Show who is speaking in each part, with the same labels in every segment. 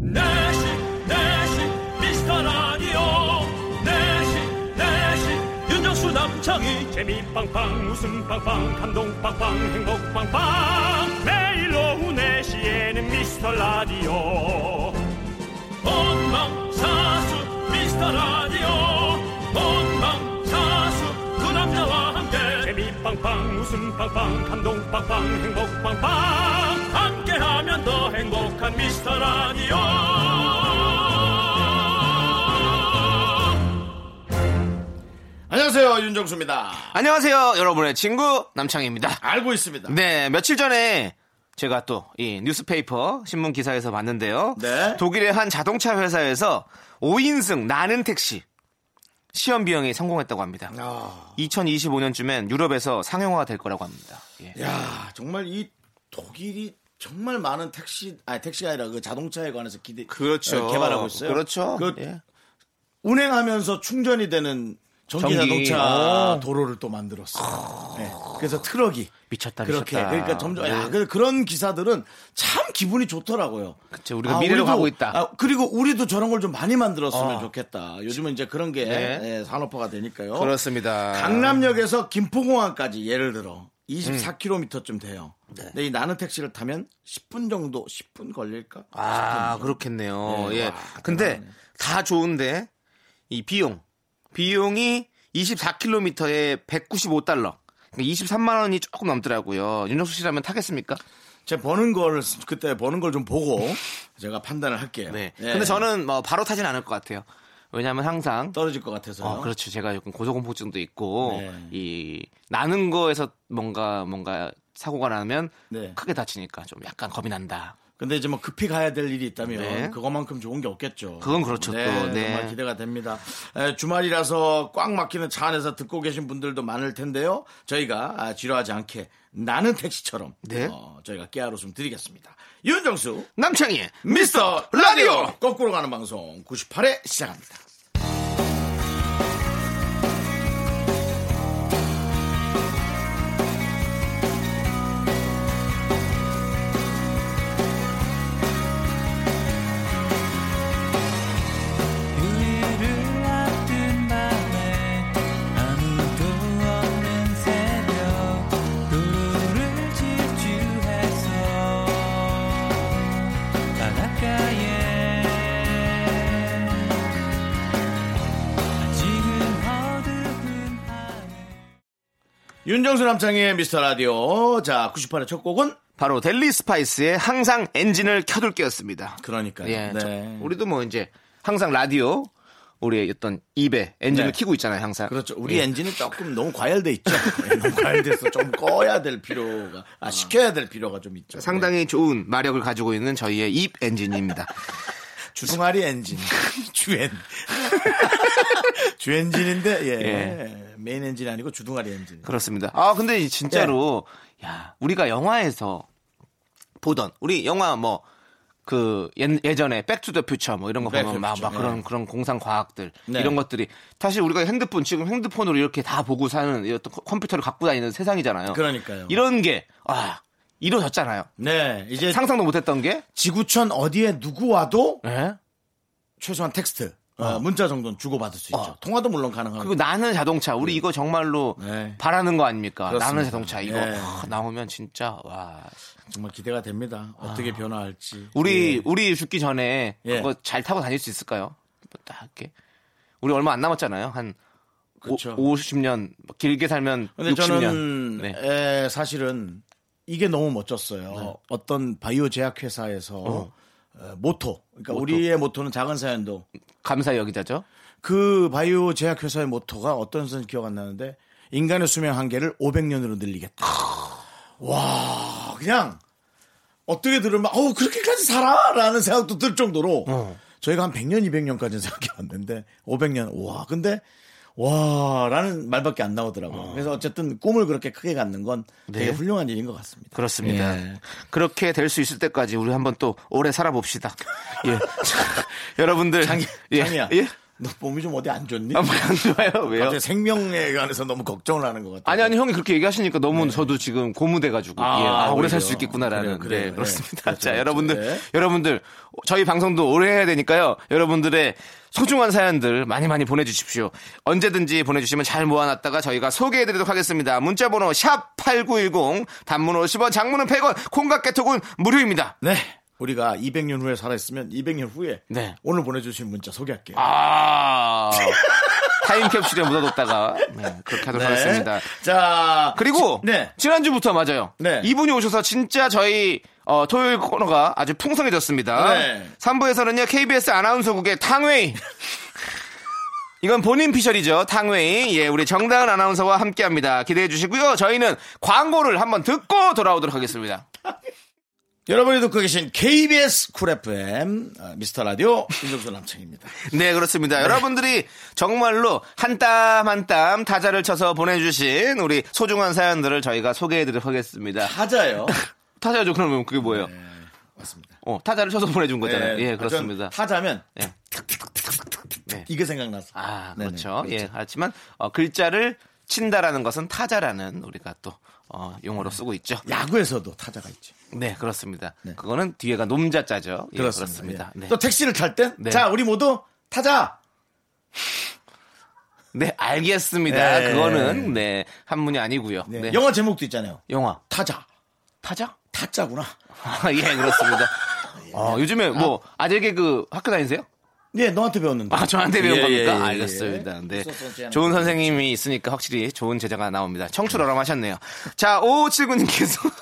Speaker 1: 내시 내시 미스터 라디오 내시 내시 윤정수 남창희
Speaker 2: 재미 빵빵 웃음 빵빵 감동 빵빵 행복 빵빵 매일 오후 4시에는 미스터 라디오
Speaker 1: 본방사수 미스터 라디오 본방사수 그 남자와 함께
Speaker 2: 재미 빵빵 웃음 빵빵 감동 빵빵 행복 빵빵
Speaker 1: 함께하면 더 행복한 미스터 라디오
Speaker 3: 안녕하세요 윤정수입니다.
Speaker 4: 안녕하세요, 여러분의 친구 남창희입니다.
Speaker 3: 알고 있습니다.
Speaker 4: 네, 며칠 전에 제가 또 이 뉴스페이퍼 신문 기사에서 봤는데요.
Speaker 3: 네.
Speaker 4: 독일의 한 자동차 회사에서 5인승 나는 택시 시험 비용이 성공했다고 합니다.
Speaker 3: 아,
Speaker 4: 2025년쯤엔 유럽에서 상용화가 될 거라고 합니다. 예.
Speaker 3: 야 정말 이 독일이 정말 많은 택시 아니 택시가 아니라 그 자동차에 관해서 기대
Speaker 4: 그렇죠.
Speaker 3: 어, 개발하고 있어요.
Speaker 4: 그렇죠.
Speaker 3: 그
Speaker 4: 예.
Speaker 3: 운행하면서 충전이 되는 전기,
Speaker 4: 전기.
Speaker 3: 자동차
Speaker 4: 어.
Speaker 3: 도로를 또 만들었어. 네. 그래서 트럭이
Speaker 4: 미쳤다,
Speaker 3: 그렇게
Speaker 4: 미쳤다.
Speaker 3: 그러니까 점점
Speaker 4: 네.
Speaker 3: 야, 그래서 그런 기사들은 참 기분이 좋더라고요.
Speaker 4: 그쵸, 우리가 미래로 가고 있다.
Speaker 3: 아, 그리고 우리도 저런 걸 좀 많이 만들었으면
Speaker 4: 어.
Speaker 3: 좋겠다. 요즘은 이제 그런 게
Speaker 4: 네.
Speaker 3: 예, 산업화가
Speaker 4: 어?
Speaker 3: 되니까요.
Speaker 4: 그렇습니다.
Speaker 3: 강남역에서 김포공항까지 예를
Speaker 4: 음.
Speaker 3: 들어 24km쯤 돼요.
Speaker 4: 네.
Speaker 3: 근데 이 나는 택시를 타면 10분 정도, 10분 걸릴까?
Speaker 4: 아, 그렇겠네요.
Speaker 3: 예,
Speaker 4: 예.
Speaker 3: 와,
Speaker 4: 근데
Speaker 3: 대단하네.
Speaker 4: 다 좋은데 이 비용. 비용이 24km에 195달러. 23만 원이 조금 넘더라고요. 윤정수 씨라면 타겠습니까?
Speaker 3: 제가 버는 걸 그때 버는 걸 좀 보고 제가 판단을 할게요.
Speaker 4: 네.
Speaker 3: 예.
Speaker 4: 근데 저는 뭐 바로 타진 않을 것 같아요. 왜냐하면 항상
Speaker 3: 떨어질 것 같아서.
Speaker 4: 어,
Speaker 3: 요
Speaker 4: 그렇죠. 제가 조금 고소공포증도 있고
Speaker 3: 네.
Speaker 4: 이 나는 거에서 뭔가 뭔가 사고가 나면
Speaker 3: 네.
Speaker 4: 크게 다치니까 좀 약간 겁이 난다.
Speaker 3: 근데 이제 뭐 급히 가야 될 일이 있다면
Speaker 4: 네.
Speaker 3: 그것만큼 좋은 게 없겠죠.
Speaker 4: 그건 그렇죠,
Speaker 3: 네,
Speaker 4: 또. 네.
Speaker 3: 정말 기대가 됩니다. 에, 주말이라서 꽉 막히는 차 안에서 듣고 계신 분들도 많을 텐데요. 저희가 아, 지루하지 않게 나는 택시처럼
Speaker 4: 네.
Speaker 3: 어, 저희가 깨알웃음 드리겠습니다. 윤정수
Speaker 4: 남창희
Speaker 3: 미스터 라디오 거꾸로 가는 방송 98회 시작합니다.
Speaker 5: 우리를 앞둔 밤에 아무도 없는 새벽 도로를 질주해서 바닷가에 아직은 어두운 하늘
Speaker 3: 윤정수 남창의 미스터 라디오 자 98회 첫 곡은
Speaker 4: 바로 델리 스파이스의 항상 엔진을 켜둘게였습니다.
Speaker 3: 그러니까요.
Speaker 4: 예,
Speaker 3: 네.
Speaker 4: 저- 우리도 뭐 이제 항상 라디오 우리의 어떤 입에 엔진을
Speaker 3: 네.
Speaker 4: 켜고 있잖아요, 항상.
Speaker 3: 그렇죠. 우리
Speaker 4: 예.
Speaker 3: 엔진이 조금 너무 과열돼 있죠. 예, 너무 과열돼서 좀 꺼야 될 필요가 아 시켜야 될 필요가 좀 있죠. 네.
Speaker 4: 상당히 좋은 마력을 가지고 있는 저희의 입 엔진입니다.
Speaker 3: 주승아리 엔진. 주엔. 주엔진인데, 예. 메인 엔진 아니고 주둥아리 엔진.
Speaker 4: 그렇습니다. 아 근데 이 진짜로
Speaker 3: 네.
Speaker 4: 야 우리가 영화에서 보던 우리 영화 뭐 그 예전에 백투더퓨처 뭐 이런 거
Speaker 3: 네,
Speaker 4: 보면 막,
Speaker 3: 그렇죠.
Speaker 4: 막 그런 그런 공상 과학들
Speaker 3: 네.
Speaker 4: 이런 것들이 사실 우리가 핸드폰 지금 핸드폰으로 이렇게 다 보고 사는 이 어떤 컴- 컴퓨터를 갖고 다니는 세상이잖아요.
Speaker 3: 그러니까요.
Speaker 4: 이런 게 아 이루어졌잖아요.
Speaker 3: 네. 이제
Speaker 4: 상상도 못했던 게
Speaker 3: 지구촌 어디에 누구 와도
Speaker 4: 예?
Speaker 3: 최소한 텍스트, 어, 문자 정도는 주고받을 수 있죠.
Speaker 4: 어.
Speaker 3: 통화도 물론 가능하고.
Speaker 4: 그리고 나는 자동차 우리 이거 정말로
Speaker 3: 네.
Speaker 4: 바라는 거 아닙니까?
Speaker 3: 그렇습니다.
Speaker 4: 나는 자동차 이거
Speaker 3: 네. 예.
Speaker 4: 아, 나오면 진짜 와
Speaker 3: 정말 기대가 됩니다. 어떻게 변화할지.
Speaker 4: 우리
Speaker 3: 예.
Speaker 4: 우리 죽기 전에
Speaker 3: 예.
Speaker 4: 그거 잘 타고 다닐 수 있을까요? 뭐딱 이렇게 우리 얼마 안 남았잖아요. 한
Speaker 3: 그쵸.
Speaker 4: 오, 50년 길게 살면
Speaker 3: 근데
Speaker 4: 60년.
Speaker 3: 저는
Speaker 4: 네.
Speaker 3: 에, 사실은 이게 너무 멋졌어요. 어떤 바이오 제약회사에서 어, 모토. 그러니까 우리의 모토는 작은 사연도
Speaker 4: 감사 여기자죠.
Speaker 3: 그 바이오 제약 회사의 모토가 어떤 선지 기억 안 나는데 인간의 수명 한계를 500년으로 늘리겠다. 와, 그냥 어떻게 들으면 어우 그렇게까지 살아라는 생각도 들 정도로
Speaker 4: 어.
Speaker 3: 저희가 한 100년 200년까지는 생각해 왔는데 500년 와 근데 와라는 말밖에 안 나오더라고요. 그래서 어쨌든 꿈을 그렇게 크게 갖는 건
Speaker 4: 네.
Speaker 3: 되게 훌륭한 일인 것 같습니다.
Speaker 4: 그렇습니다.
Speaker 3: 예.
Speaker 4: 그렇게 될 수 있을 때까지 우리 한번 또 오래 살아봅시다. 예. 자, 여러분들
Speaker 3: 장이,
Speaker 4: 예.
Speaker 3: 장이야.
Speaker 4: 예.
Speaker 3: 너 몸이 좀 어디 안 좋니?
Speaker 4: 아, 뭐안 좋아요? 왜요?
Speaker 3: 갑자기 생명에 관해서 너무 걱정을 하는 것 같아.
Speaker 4: 아니 아니 형이 그렇게 얘기하시니까 너무 저도 지금 고무돼가지고
Speaker 3: 네. 아,
Speaker 4: 예, 아, 오래
Speaker 3: 오히려.
Speaker 4: 살 수
Speaker 3: 그래요,
Speaker 4: 있겠구나라는
Speaker 3: 그래요.
Speaker 4: 네, 그렇습니다.
Speaker 3: 그렇죠,
Speaker 4: 자
Speaker 3: 그렇죠.
Speaker 4: 여러분들
Speaker 3: 네.
Speaker 4: 여러분들 저희 방송도 오래 해야 되니까요. 여러분들의 소중한 사연들 많이 많이 보내주십시오. 언제든지 보내주시면 잘 모아놨다가 저희가 소개해드리도록 하겠습니다. 문자번호 샵 #8910 단문 50원, 장문은 100원, 콩깍 개톡은 무료입니다.
Speaker 3: 네. 우리가 200년 후에 살아있으면 200년 후에
Speaker 4: 네.
Speaker 3: 오늘 보내주신 문자 소개할게요.
Speaker 4: 아 타임캡슐에 묻어뒀다가 네, 그렇게 하도록 하겠습니다.
Speaker 3: 네. 자.
Speaker 4: 그리고
Speaker 3: 지- 네.
Speaker 4: 지난주부터 맞아요.
Speaker 3: 네.
Speaker 4: 이분이 오셔서 진짜 저희 어, 토요일 코너가 아주 풍성해졌습니다.
Speaker 3: 네.
Speaker 4: 3부에서는요 KBS 아나운서국의 탕웨이 이건 본인 피셜이죠. 탕웨이 예 우리 정다은 아나운서와 함께합니다. 기대해 주시고요. 저희는 광고를 한번 듣고 돌아오도록 하겠습니다.
Speaker 3: 여러분이 듣고 계신 KBS 쿨 FM 어, 미스터 라디오 윤정수 남창입니다.
Speaker 4: 네 그렇습니다. 여러분들이 정말로 한 땀 한 땀 타자를 쳐서 보내주신 우리 소중한 사연들을 저희가 소개해드리도록 하겠습니다.
Speaker 3: 타자요.
Speaker 4: 타자죠. 그러면 그게 뭐예요?
Speaker 3: 맞습니다.
Speaker 4: 어, 타자를 쳐서 보내준 거잖아요.
Speaker 3: 네,
Speaker 4: 예,
Speaker 3: 전
Speaker 4: 그렇습니다.
Speaker 3: 타자면
Speaker 4: 예. 네.
Speaker 3: 이게 생각나서.
Speaker 4: 아,
Speaker 3: 네네,
Speaker 4: 그렇죠. 예, 하지만 어, 글자를 친다라는 것은 타자라는 우리가 또 어, 용어로 쓰고 있죠.
Speaker 3: 야구에서도 타자가 있죠.
Speaker 4: 네, 그렇습니다.
Speaker 3: 네.
Speaker 4: 그거는 뒤에가 놈자자죠. 예,
Speaker 3: 그렇습니다.
Speaker 4: 그렇습니다.
Speaker 3: 예.
Speaker 4: 네.
Speaker 3: 또 택시를 탈 땐?
Speaker 4: 네.
Speaker 3: 자, 우리 모두 타자!
Speaker 4: 네, 알겠습니다.
Speaker 3: 예.
Speaker 4: 그거는 네, 한문이 아니고요.
Speaker 3: 네.
Speaker 4: 네.
Speaker 3: 영화 제목도 있잖아요.
Speaker 4: 영화
Speaker 3: 타자.
Speaker 4: 타자?
Speaker 3: 타짜구나.
Speaker 4: 예, 그렇습니다.
Speaker 3: 아,
Speaker 4: 어, 요즘에 뭐 아재 개그 학교 다니세요?
Speaker 3: 예, 너한테 배웠는데.
Speaker 4: 아, 저한테 배운
Speaker 3: 예,
Speaker 4: 겁니까?
Speaker 3: 예, 예,
Speaker 4: 알겠습니다.
Speaker 3: 예.
Speaker 4: 네.
Speaker 3: 있었어, 제안은.
Speaker 4: 좋은 선생님이 있으니까 확실히 좋은 제자가 나옵니다. 청출어람 하셨네요. 자, 5579님께서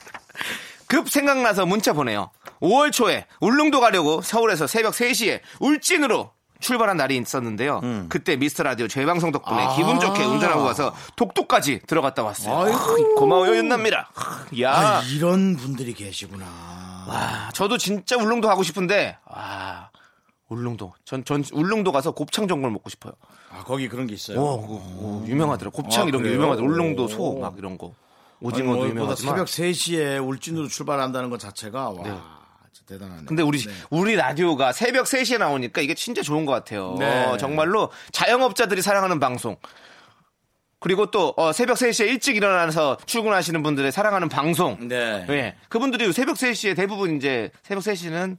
Speaker 4: 급 생각나서 문자 보내요. 5월 초에 울릉도 가려고 서울에서 새벽 3시에 울진으로 출발한 날이 있었는데요.
Speaker 3: 음.
Speaker 4: 그때 미스터 라디오 재방송 덕분에
Speaker 3: 아.
Speaker 4: 기분 좋게 운전하고 가서 독도까지 들어갔다 왔어요. 크, 고마워요, 윤남이라. 크, 야.
Speaker 3: 아, 이런 분들이 계시구나.
Speaker 4: 와, 저도 진짜 울릉도 가고 싶은데, 와, 울릉도. 전, 전 울릉도 가서 곱창 전골 먹고 싶어요.
Speaker 3: 아, 거기 그런 게 있어요.
Speaker 4: 오, 오, 유명하더라. 곱창
Speaker 3: 아,
Speaker 4: 이런 게
Speaker 3: 그래요?
Speaker 4: 유명하더라. 울릉도
Speaker 3: 오.
Speaker 4: 소 막 이런 거.
Speaker 3: 아니,
Speaker 4: 오징어도
Speaker 3: 뭐, 보다
Speaker 4: 유명하지만.
Speaker 3: 새벽 3시에 울진으로 출발한다는 것 자체가, 와, 진짜 대단하네.
Speaker 4: 네. 근데 우리 우리 라디오가 새벽 3시에 나오니까 이게 진짜 좋은 것 같아요.
Speaker 3: 네.
Speaker 4: 어, 정말로 자영업자들이 사랑하는 방송. 그리고 또 어, 새벽 3시에 일찍 일어나서 출근하시는 분들의 사랑하는 방송.
Speaker 3: 네.
Speaker 4: 예. 그분들이 새벽 3시에 대부분 이제 새벽 3시는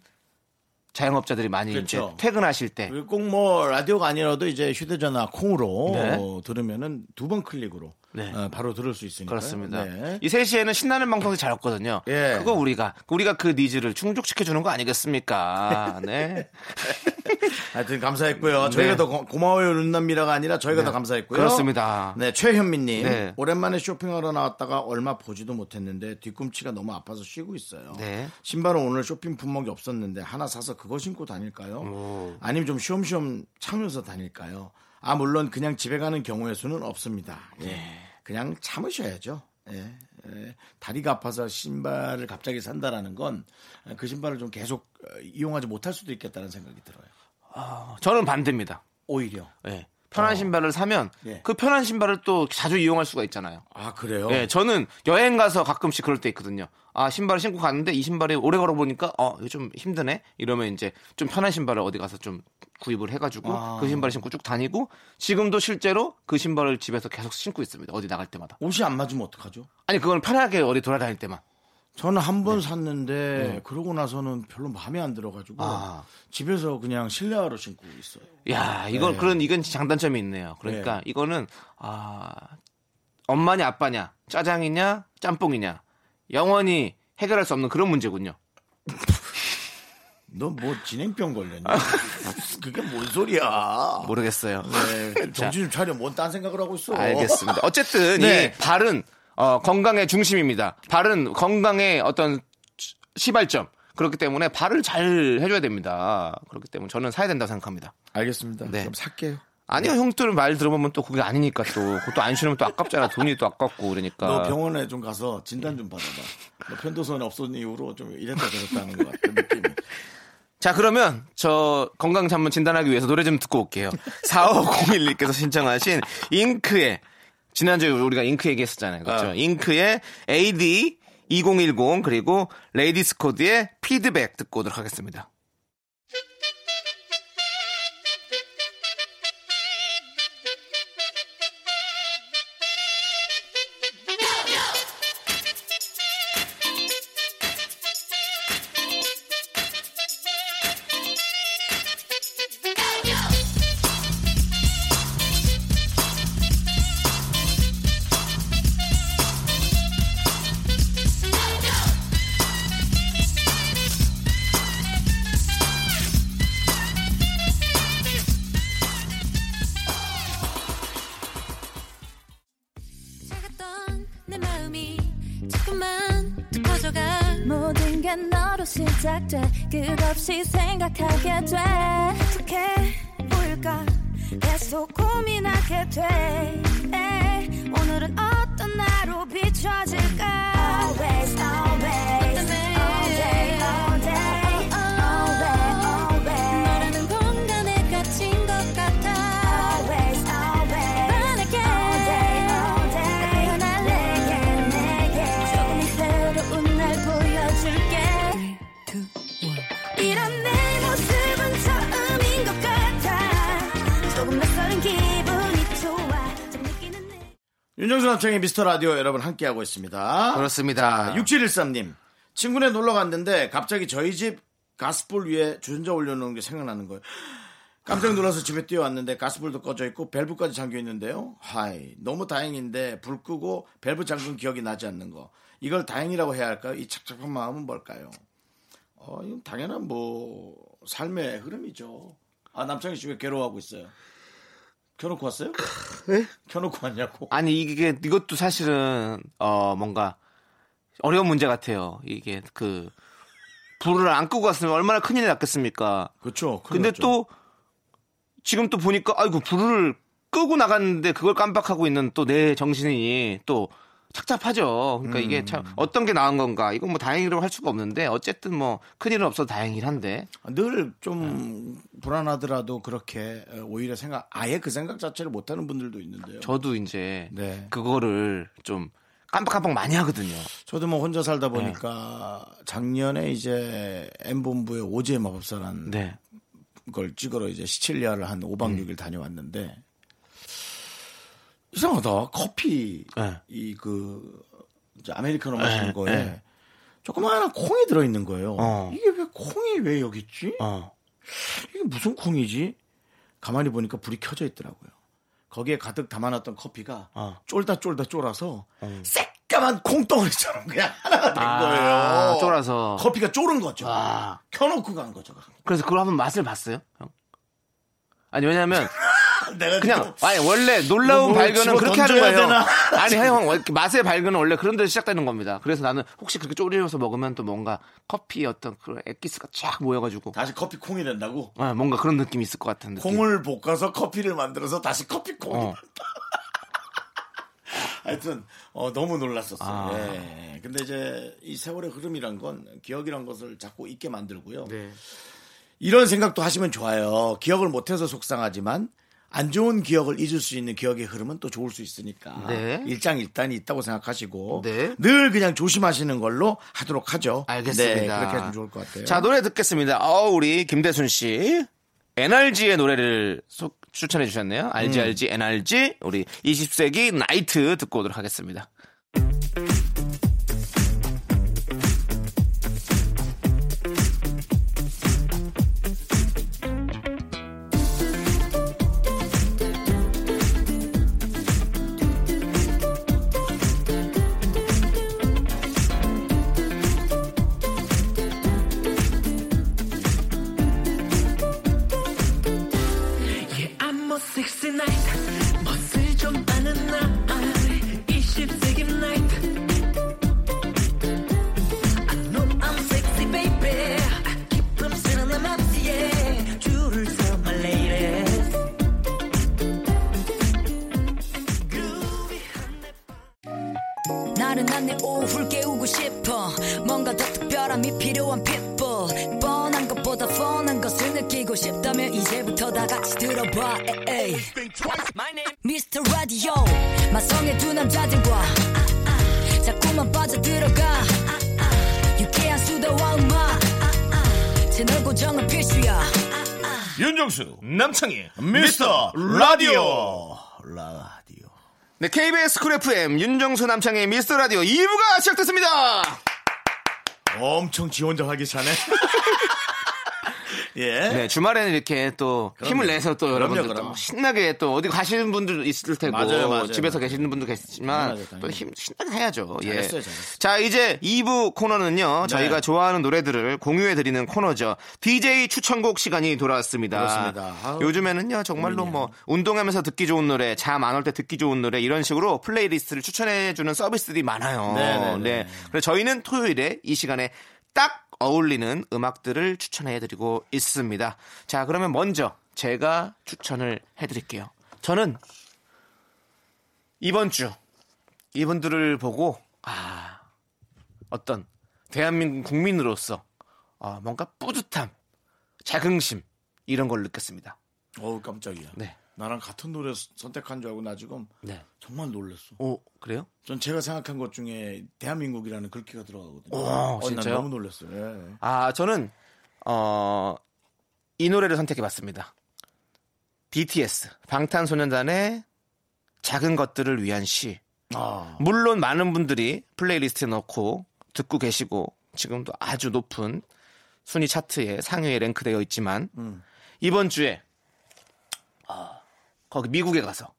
Speaker 4: 자영업자들이 많이
Speaker 3: 그렇죠.
Speaker 4: 이제 퇴근하실 때
Speaker 3: 그리고 꼭 뭐 라디오가 아니라도 이제 휴대전화 콩으로
Speaker 4: 네.
Speaker 3: 어, 들으면은 두 번 클릭으로
Speaker 4: 네.
Speaker 3: 어, 바로 들을 수 있으니까
Speaker 4: 그렇습니다.
Speaker 3: 네.
Speaker 4: 이 3시에는 신나는 방송이 잘 없거든요.
Speaker 3: 예.
Speaker 4: 그거 우리가 우리가 그 니즈를 충족시켜 주는 거 아니겠습니까? 네.
Speaker 3: 하여튼 감사했고요. 저희가
Speaker 4: 네.
Speaker 3: 더 고- 고마워요 룬남미라가 아니라 저희가 더 감사했고요.
Speaker 4: 그렇습니다.
Speaker 3: 네 최현민님
Speaker 4: 네.
Speaker 3: 오랜만에 쇼핑하러 나왔다가 얼마 보지도 못했는데 뒤꿈치가 너무 아파서 쉬고 있어요.
Speaker 4: 네.
Speaker 3: 신발은 오늘 쇼핑 품목이 없었는데 하나 사서 그거 신고 다닐까요? 아니면 좀 쉬엄쉬엄 참으면서 다닐까요? 아 물론 그냥 집에 가는 경우의 수는 없습니다. 예.
Speaker 4: 네.
Speaker 3: 그냥 참으셔야죠. 예. 예. 다리가 아파서 신발을 갑자기 산다라는 건 그 신발을 좀 계속 어, 이용하지 못할 수도 있겠다는 생각이 들어요.
Speaker 4: 저는 반대입니다.
Speaker 3: 오히려.
Speaker 4: 예. 편한 신발을 사면
Speaker 3: 어. 예.
Speaker 4: 그 편한 신발을 또 자주 이용할 수가 있잖아요.
Speaker 3: 아 그래요?
Speaker 4: 예, 저는 여행 가서 가끔씩 그럴 때 있거든요. 아, 신발을 신고 갔는데 이 신발이 오래 걸어 보니까 어, 이거 좀 힘드네. 이러면 이제 좀 편한 신발을 어디 가서 좀 구입을 해 가지고
Speaker 3: 아.
Speaker 4: 그 신발을 신고 쭉 다니고 지금도 실제로 그 신발을 집에서 계속 신고 있습니다. 어디 나갈 때마다.
Speaker 3: 옷이 안 맞으면 어떡하죠?
Speaker 4: 아니, 그건 편하게 어디 돌아다닐 때만.
Speaker 3: 저는 한 번 샀는데 그러고 나서는 별로 마음에 안 들어가지고
Speaker 4: 아.
Speaker 3: 집에서 그냥 실내화로 신고 있어요.
Speaker 4: 야, 이건 그런 이건 장단점이 있네요. 그러니까
Speaker 3: 네.
Speaker 4: 이거는 아 엄마냐 아빠냐 짜장이냐 짬뽕이냐 영원히 해결할 수 없는 그런 문제군요.
Speaker 3: 너 뭐 진행병 걸렸니? 그게 뭔 소리야?
Speaker 4: 모르겠어요.
Speaker 3: 네, 정신 좀 차려. 뭔 딴 생각을 하고 있어?
Speaker 4: 알겠습니다. 어쨌든
Speaker 3: 네.
Speaker 4: 이 발은 어, 건강의 중심입니다. 발은 건강의 어떤 시- 시발점. 그렇기 때문에 발을 잘 해줘야 됩니다. 그렇기 때문에 저는 사야 된다고 생각합니다.
Speaker 3: 알겠습니다.
Speaker 4: 네.
Speaker 3: 그럼 살게요. 네.
Speaker 4: 아니요, 형들은 말 들어보면 또 그게 아니니까 또 그것도 안 쉬면 또 아깝잖아. 돈이 또 아깝고 그러니까.
Speaker 3: 너 병원에 좀 가서 진단 좀 받아봐. 너 편도선이 없어진 이후로 좀 이랬다 저랬다 하는 것 같아, 느낌이.
Speaker 4: 자, 그러면 저 건강 잠문 진단하기 위해서 노래 좀 듣고 올게요. 4501님께서 신청하신 잉크의 지난주에 우리가 잉크 얘기했었잖아요. 그렇죠?
Speaker 3: 아.
Speaker 4: 잉크의 AD 2010 그리고 레이디스 코드의 피드백 듣고 오도록 하겠습니다.
Speaker 6: Thank you. 시작돼 끝없이 생각하게 돼 어떻게 볼까 계속 고민하게 돼 에이, 오늘은 어떤 나로 비춰질까 Always always all day all day always always 너라는 공간에 갇힌 것 같아 Always always 만나게 all day all day 변할 내게 내게 조금 새로운 날 보여줄게 이런 내 모습은 처음인 것 같아 조금 낯설은 기분이 좋아 좀 느끼는 내
Speaker 3: 윤정수 남창의 미스터 라디오 여러분 함께하고 있습니다.
Speaker 4: 그렇습니다.
Speaker 3: 6713님. 친구네 놀러 갔는데 갑자기 저희 집 가스불 위에 주전자 올려놓은 게 생각나는 거예요. 깜짝 놀라서 집에 뛰어왔는데 가스불도 꺼져 있고 밸브까지 잠겨 있는데요. 하이 너무 다행인데 불 끄고 밸브 잠근 기억이 나지 않는 거 이걸 다행이라고 해야 할까요? 이 착잡한 마음은 뭘까요? 어 이건 당연한 뭐 삶의 흐름이죠. 아 남창희 씨 왜 괴로워하고 있어요? 켜놓고 왔어요? 켜놓고 왔냐고?
Speaker 4: 네? 아니 이게 이것도 사실은 어 뭔가 어려운 문제 같아요. 이게 그 불을 안 끄고 갔으면 얼마나 큰일 났겠습니까.
Speaker 3: 그렇죠. 큰일
Speaker 4: 근데
Speaker 3: 났죠.
Speaker 4: 또 지금 또 보니까 아이고 불을 끄고 나갔는데 그걸 깜빡하고 있는 또 내 정신이 또 착잡하죠. 그러니까 이게 참
Speaker 3: 음.
Speaker 4: 어떤 게 나은 건가? 이건 뭐 다행이라고 할 수가 없는데 어쨌든 뭐 큰일은 없어도 다행이긴 한데
Speaker 3: 늘 좀
Speaker 4: 네.
Speaker 3: 불안하더라도 그렇게 오히려 생각 아예 그 생각 자체를 못하는 분들도 있는데요.
Speaker 4: 저도 이제
Speaker 3: 네.
Speaker 4: 그거를 좀 깜빡깜빡 많이 하거든요.
Speaker 3: 저도 뭐 혼자 살다
Speaker 4: 네.
Speaker 3: 보니까 작년에 이제 M본부의 오지의 마법사라는
Speaker 4: 네. 음.
Speaker 3: 걸 찍으러 이제 시칠리아를 한 5박 6일 다녀왔는데 이상하다. 커피
Speaker 4: 네.
Speaker 3: 이 그 아메리카노 마시는 거에 조그마한 콩이 들어 있는 거예요.
Speaker 4: 네. 어.
Speaker 3: 이게 왜 콩이 왜 여기 있지?
Speaker 4: 어.
Speaker 3: 이게 무슨 콩이지? 가만히 보니까 불이 켜져 있더라고요. 거기에 가득 담아놨던 커피가
Speaker 4: 어.
Speaker 3: 쫄다 쫄다 쫄아서 새까만 콩덩어리처럼 그냥 하나가 된
Speaker 4: 아,
Speaker 3: 거예요.
Speaker 4: 쫄아서.
Speaker 3: 커피가 쫄은 거죠.
Speaker 4: 아.
Speaker 3: 켜놓고 간 거죠.
Speaker 4: 그래서 그걸 한번 맛을 봤어요? 형? 아니 왜냐면
Speaker 3: 내가
Speaker 4: 그냥
Speaker 3: 지금
Speaker 4: 아니 원래
Speaker 3: 뭐
Speaker 4: 놀라운
Speaker 3: 집어
Speaker 4: 발견은 그렇게 하는
Speaker 3: 던져야
Speaker 4: 거예요.
Speaker 3: 되나?
Speaker 4: 아니 형 원- 맛의 발견은 원래 그런 데서 시작되는 겁니다. 그래서 나는 혹시 그렇게 졸여서 먹으면 또 뭔가 커피 어떤 그런 액기스가 쫙 모여가지고
Speaker 3: 다시 커피 콩이 된다고?
Speaker 4: 아, 뭔가 그런 느낌이 있을 것 같은 느낌.
Speaker 3: 콩을 볶아서 커피를 만들어서 다시 커피 콩이
Speaker 4: 어.
Speaker 3: 하여튼 어, 너무
Speaker 4: 아.
Speaker 3: 놀랐었어요. 예. 근데 이제 이 세월의 흐름이란 건 기억이란 것을 자꾸 잊게 만들고요.
Speaker 4: 네.
Speaker 3: 이런 생각도 하시면 좋아요. 기억을 못해서 속상하지만 안 좋은 기억을 잊을 수 있는 기억의 흐름은 또 좋을 수 있으니까
Speaker 4: 네.
Speaker 3: 일장일단이 있다고 생각하시고
Speaker 4: 네.
Speaker 3: 늘 그냥 조심하시는 걸로 하도록 하죠.
Speaker 4: 알겠습니다.
Speaker 3: 네, 그렇게 하면 좋을 것 같아요.
Speaker 4: 자 노래 듣겠습니다. 어 우리 김대순 씨 NRG의 노래를 소- 추천해 주셨네요. 알지
Speaker 3: 음.
Speaker 4: 알지 NRG 우리 20세기 나이트 듣고 오도록 하겠습니다.
Speaker 5: Yeah, I'm a sexy night. 멋을 좀 아는 나. 20세기 e night. I know I'm sexy, baby. I keep on sitting on my seat, yeah. 줄을 서, my ladies.
Speaker 7: 나른한 내 오후를 깨우고 싶어 뭔가 더 특별함이 필요한 people 뻔한 것보다 뻔한 것을 느끼고 싶다면 이제부터 다 같이 들어봐 에이. Mr. Radio 마성의 두 남자들과 자꾸만 빠져들어가 유쾌한 수다와 음악 채널 고정은 필수야
Speaker 3: 윤정수 남창희 미스터 라디오 라디오
Speaker 4: 네, KBS 쿨 FM 윤정수 남창의 미스터 라디오 2부가 시작됐습니다.
Speaker 3: 엄청 지 혼자 활기차네. 예.
Speaker 4: 네, 주말에는 이렇게 또
Speaker 3: 그럼요.
Speaker 4: 힘을 내서 또
Speaker 3: 그럼요,
Speaker 4: 여러분들 또
Speaker 3: 그럼요.
Speaker 4: 신나게 또 어디 가시는 분들 있을 테고
Speaker 3: 맞아요, 맞아요,
Speaker 4: 집에서
Speaker 3: 맞아요.
Speaker 4: 계시는 분도 계시지만
Speaker 3: 당연하죠,
Speaker 4: 또 힘 신나게 해야죠.
Speaker 3: 잘했어요,
Speaker 4: 예.
Speaker 3: 잘했어요. 네.
Speaker 4: 자, 이제 2부 코너는요. 저희가 좋아하는 노래들을 공유해 드리는 코너죠. DJ 추천곡 시간이 돌아왔습니다.
Speaker 3: 그렇습니다. 아우,
Speaker 4: 요즘에는요. 정말로 뭐 운동하면서 듣기 좋은 노래, 잠 안 올 때 듣기 좋은 노래 이런 식으로 플레이리스트를 추천해 주는 서비스들이 많아요.
Speaker 3: 네, 네, 네.
Speaker 4: 네. 그래서 저희는 토요일에 이 시간에 딱 어울리는 음악들을 추천해드리고 있습니다. 자, 그러면 먼저 제가 추천을 해드릴게요. 저는 이번 주 이분들을 보고 아 어떤 대한민국 국민으로서 어, 뭔가 뿌듯함, 자긍심 이런 걸 느꼈습니다.
Speaker 3: 어우 깜짝이야.
Speaker 4: 네.
Speaker 3: 나랑 같은 노래 서- 선택한 줄 알고 나 지금
Speaker 4: 네.
Speaker 3: 정말 놀랐어.
Speaker 4: 오 그래요?
Speaker 3: 전 제가 생각한 것 중에 대한민국이라는 글귀가 들어가거든요.
Speaker 4: 오,
Speaker 3: 난
Speaker 4: 진짜요?
Speaker 3: 너무 놀랐어요. 예.
Speaker 4: 아 저는 어, 이 노래를 선택해봤습니다. BTS 방탄소년단의 작은 것들을 위한 시.
Speaker 3: 아,
Speaker 4: 물론 많은 분들이 플레이리스트에 넣고 듣고 계시고 지금도 아주 높은 순위 차트에 상위에 랭크되어 있지만 이번 주에 어, 거기 미국에 가서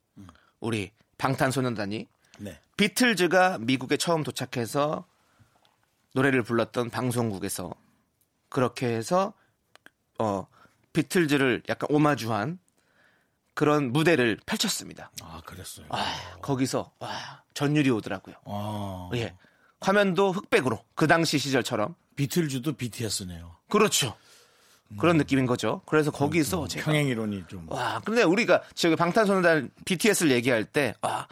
Speaker 4: 우리 방탄소년단이
Speaker 3: 네.
Speaker 4: 비틀즈가 미국에 처음 도착해서 노래를 불렀던 방송국에서 그렇게 해서 어 비틀즈를 약간 오마주한 그런 무대를 펼쳤습니다.
Speaker 3: 아 그랬어요.
Speaker 4: 아, 거기서 와 전율이 오더라고요.
Speaker 3: 아,
Speaker 4: 예. 화면도 흑백으로 그 당시 시절처럼
Speaker 3: 비틀즈도 BTS네요.
Speaker 4: 그렇죠. 그런 느낌인 거죠. 그래서 거기서
Speaker 3: 음.
Speaker 4: 제가 어.
Speaker 3: 평행 이론이 좀.
Speaker 4: 와 근데 우리가 지금 방탄소년단 BTS를 얘기할 때와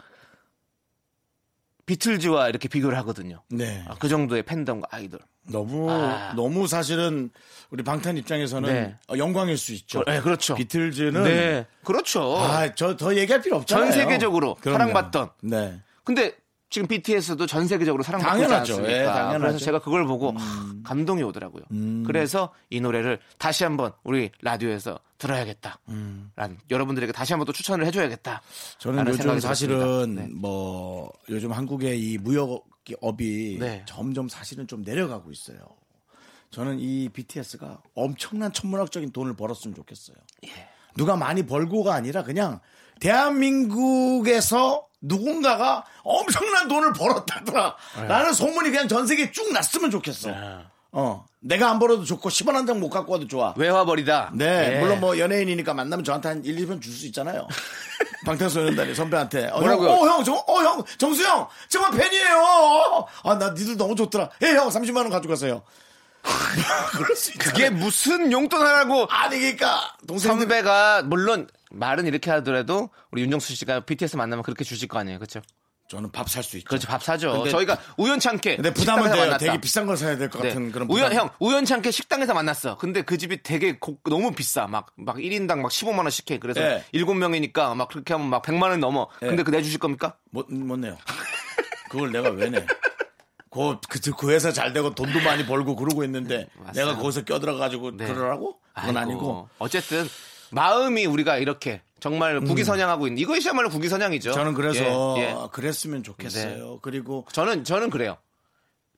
Speaker 4: 비틀즈와 이렇게 비교를 하거든요.
Speaker 3: 네.
Speaker 4: 아, 그 정도의 팬덤과 아이돌.
Speaker 3: 너무
Speaker 4: 아.
Speaker 3: 너무 사실은 우리 방탄 입장에서는
Speaker 4: 네.
Speaker 3: 어, 영광일 수 있죠.
Speaker 4: 그- 네, 그렇죠.
Speaker 3: 비틀즈는
Speaker 4: 네, 그렇죠.
Speaker 3: 아, 저 더 얘기할 필요 없잖아요.
Speaker 4: 전 세계적으로
Speaker 3: 그럼요.
Speaker 4: 사랑받던.
Speaker 3: 네.
Speaker 4: 근데 지금 BTS도 전 세계적으로 사랑받고 있지
Speaker 3: 당연하죠.
Speaker 4: 않습니까?
Speaker 3: 예, 당연하죠. 음.
Speaker 4: 그래서 제가 그걸 보고 하, 감동이 오더라고요. 그래서 이 노래를 다시 한번 우리 라디오에서 들어야겠다. 라는 여러분들에게 다시 한번 또 추천을 해줘야겠다.
Speaker 3: 음. 저는
Speaker 4: 라는
Speaker 3: 요즘
Speaker 4: 생각이
Speaker 3: 사실은
Speaker 4: 들었습니다. 네.
Speaker 3: 뭐 요즘 한국의 이 무역업이
Speaker 4: 네.
Speaker 3: 점점 사실은 좀 내려가고 있어요. 저는 이 BTS가 엄청난 천문학적인 돈을 벌었으면 좋겠어요.
Speaker 4: 예.
Speaker 3: 누가 많이 벌고가 아니라 그냥 대한민국에서 누군가가 엄청난 돈을
Speaker 4: 네.
Speaker 3: 벌었다더라라는 소문이 그냥 전 세계에 쭉 났으면 좋겠어. 어, 내가 안 벌어도 좋고 10원 한 장 못 갖고 와도 좋아.
Speaker 4: 외화벌이다.
Speaker 3: 네,
Speaker 4: 예.
Speaker 3: 물론 뭐 연예인이니까 만나면 저한테 한 1, 2분 줄 수 있잖아요. 방탄소년단이 선배한테 어,
Speaker 4: 뭐라고요?
Speaker 3: 형, 어, 형, 저, 어, 형, 정수 형, 정말 팬이에요. 어, 아, 나 니들 너무 좋더라. 예, 형, 30만 원 가져가세요. 그럴 수 있잖아요.
Speaker 4: 그게 무슨 용돈 하라고
Speaker 3: 아니 그러니까 동생들
Speaker 4: 선배가 물론 말은 이렇게 하더라도 우리 윤정수 씨가 BTS 만나면 그렇게 주실 거 아니에요, 그렇죠?
Speaker 3: 저는 밥 살 수 있죠.
Speaker 4: 그렇죠, 밥 사죠.
Speaker 3: 근데-
Speaker 4: 저희가 우연찮게
Speaker 3: 근데 부담은
Speaker 4: 식당에서
Speaker 3: 돼요.
Speaker 4: 만났다. 네.
Speaker 3: 되게 비싼 걸 사야 될 것 같은 그런
Speaker 4: 우연
Speaker 3: 부담.
Speaker 4: 형 우연찮게 식당에서 만났어. 근데 그 집이 되게 고- 너무 비싸. 막 막 1인당 막 15만 원씩 해. 그래서
Speaker 3: 예.
Speaker 4: 일곱 명이니까 막 그렇게 하면 막 100만 원 넘어.
Speaker 3: 네.
Speaker 4: 근데 그 내주실 겁니까?
Speaker 3: 못, 못 내요. 그걸 내가 왜 내? 그, 그, 그 회사 잘 되고 돈도 많이 벌고 그러고 있는데
Speaker 4: 네, 맞아요.
Speaker 3: 내가 거기서 껴들어가지고
Speaker 4: 네.
Speaker 3: 그러라고? 그건
Speaker 4: 아이고.
Speaker 3: 아니고.
Speaker 4: 어쨌든 마음이 우리가 이렇게 정말 국위선양하고 있는 이것이야말로 국위선양이죠.
Speaker 3: 음. 저는 그래서
Speaker 4: 예, 네. 예.
Speaker 3: 그랬으면 좋겠어요. 그리고
Speaker 4: 저는 저는 그래요.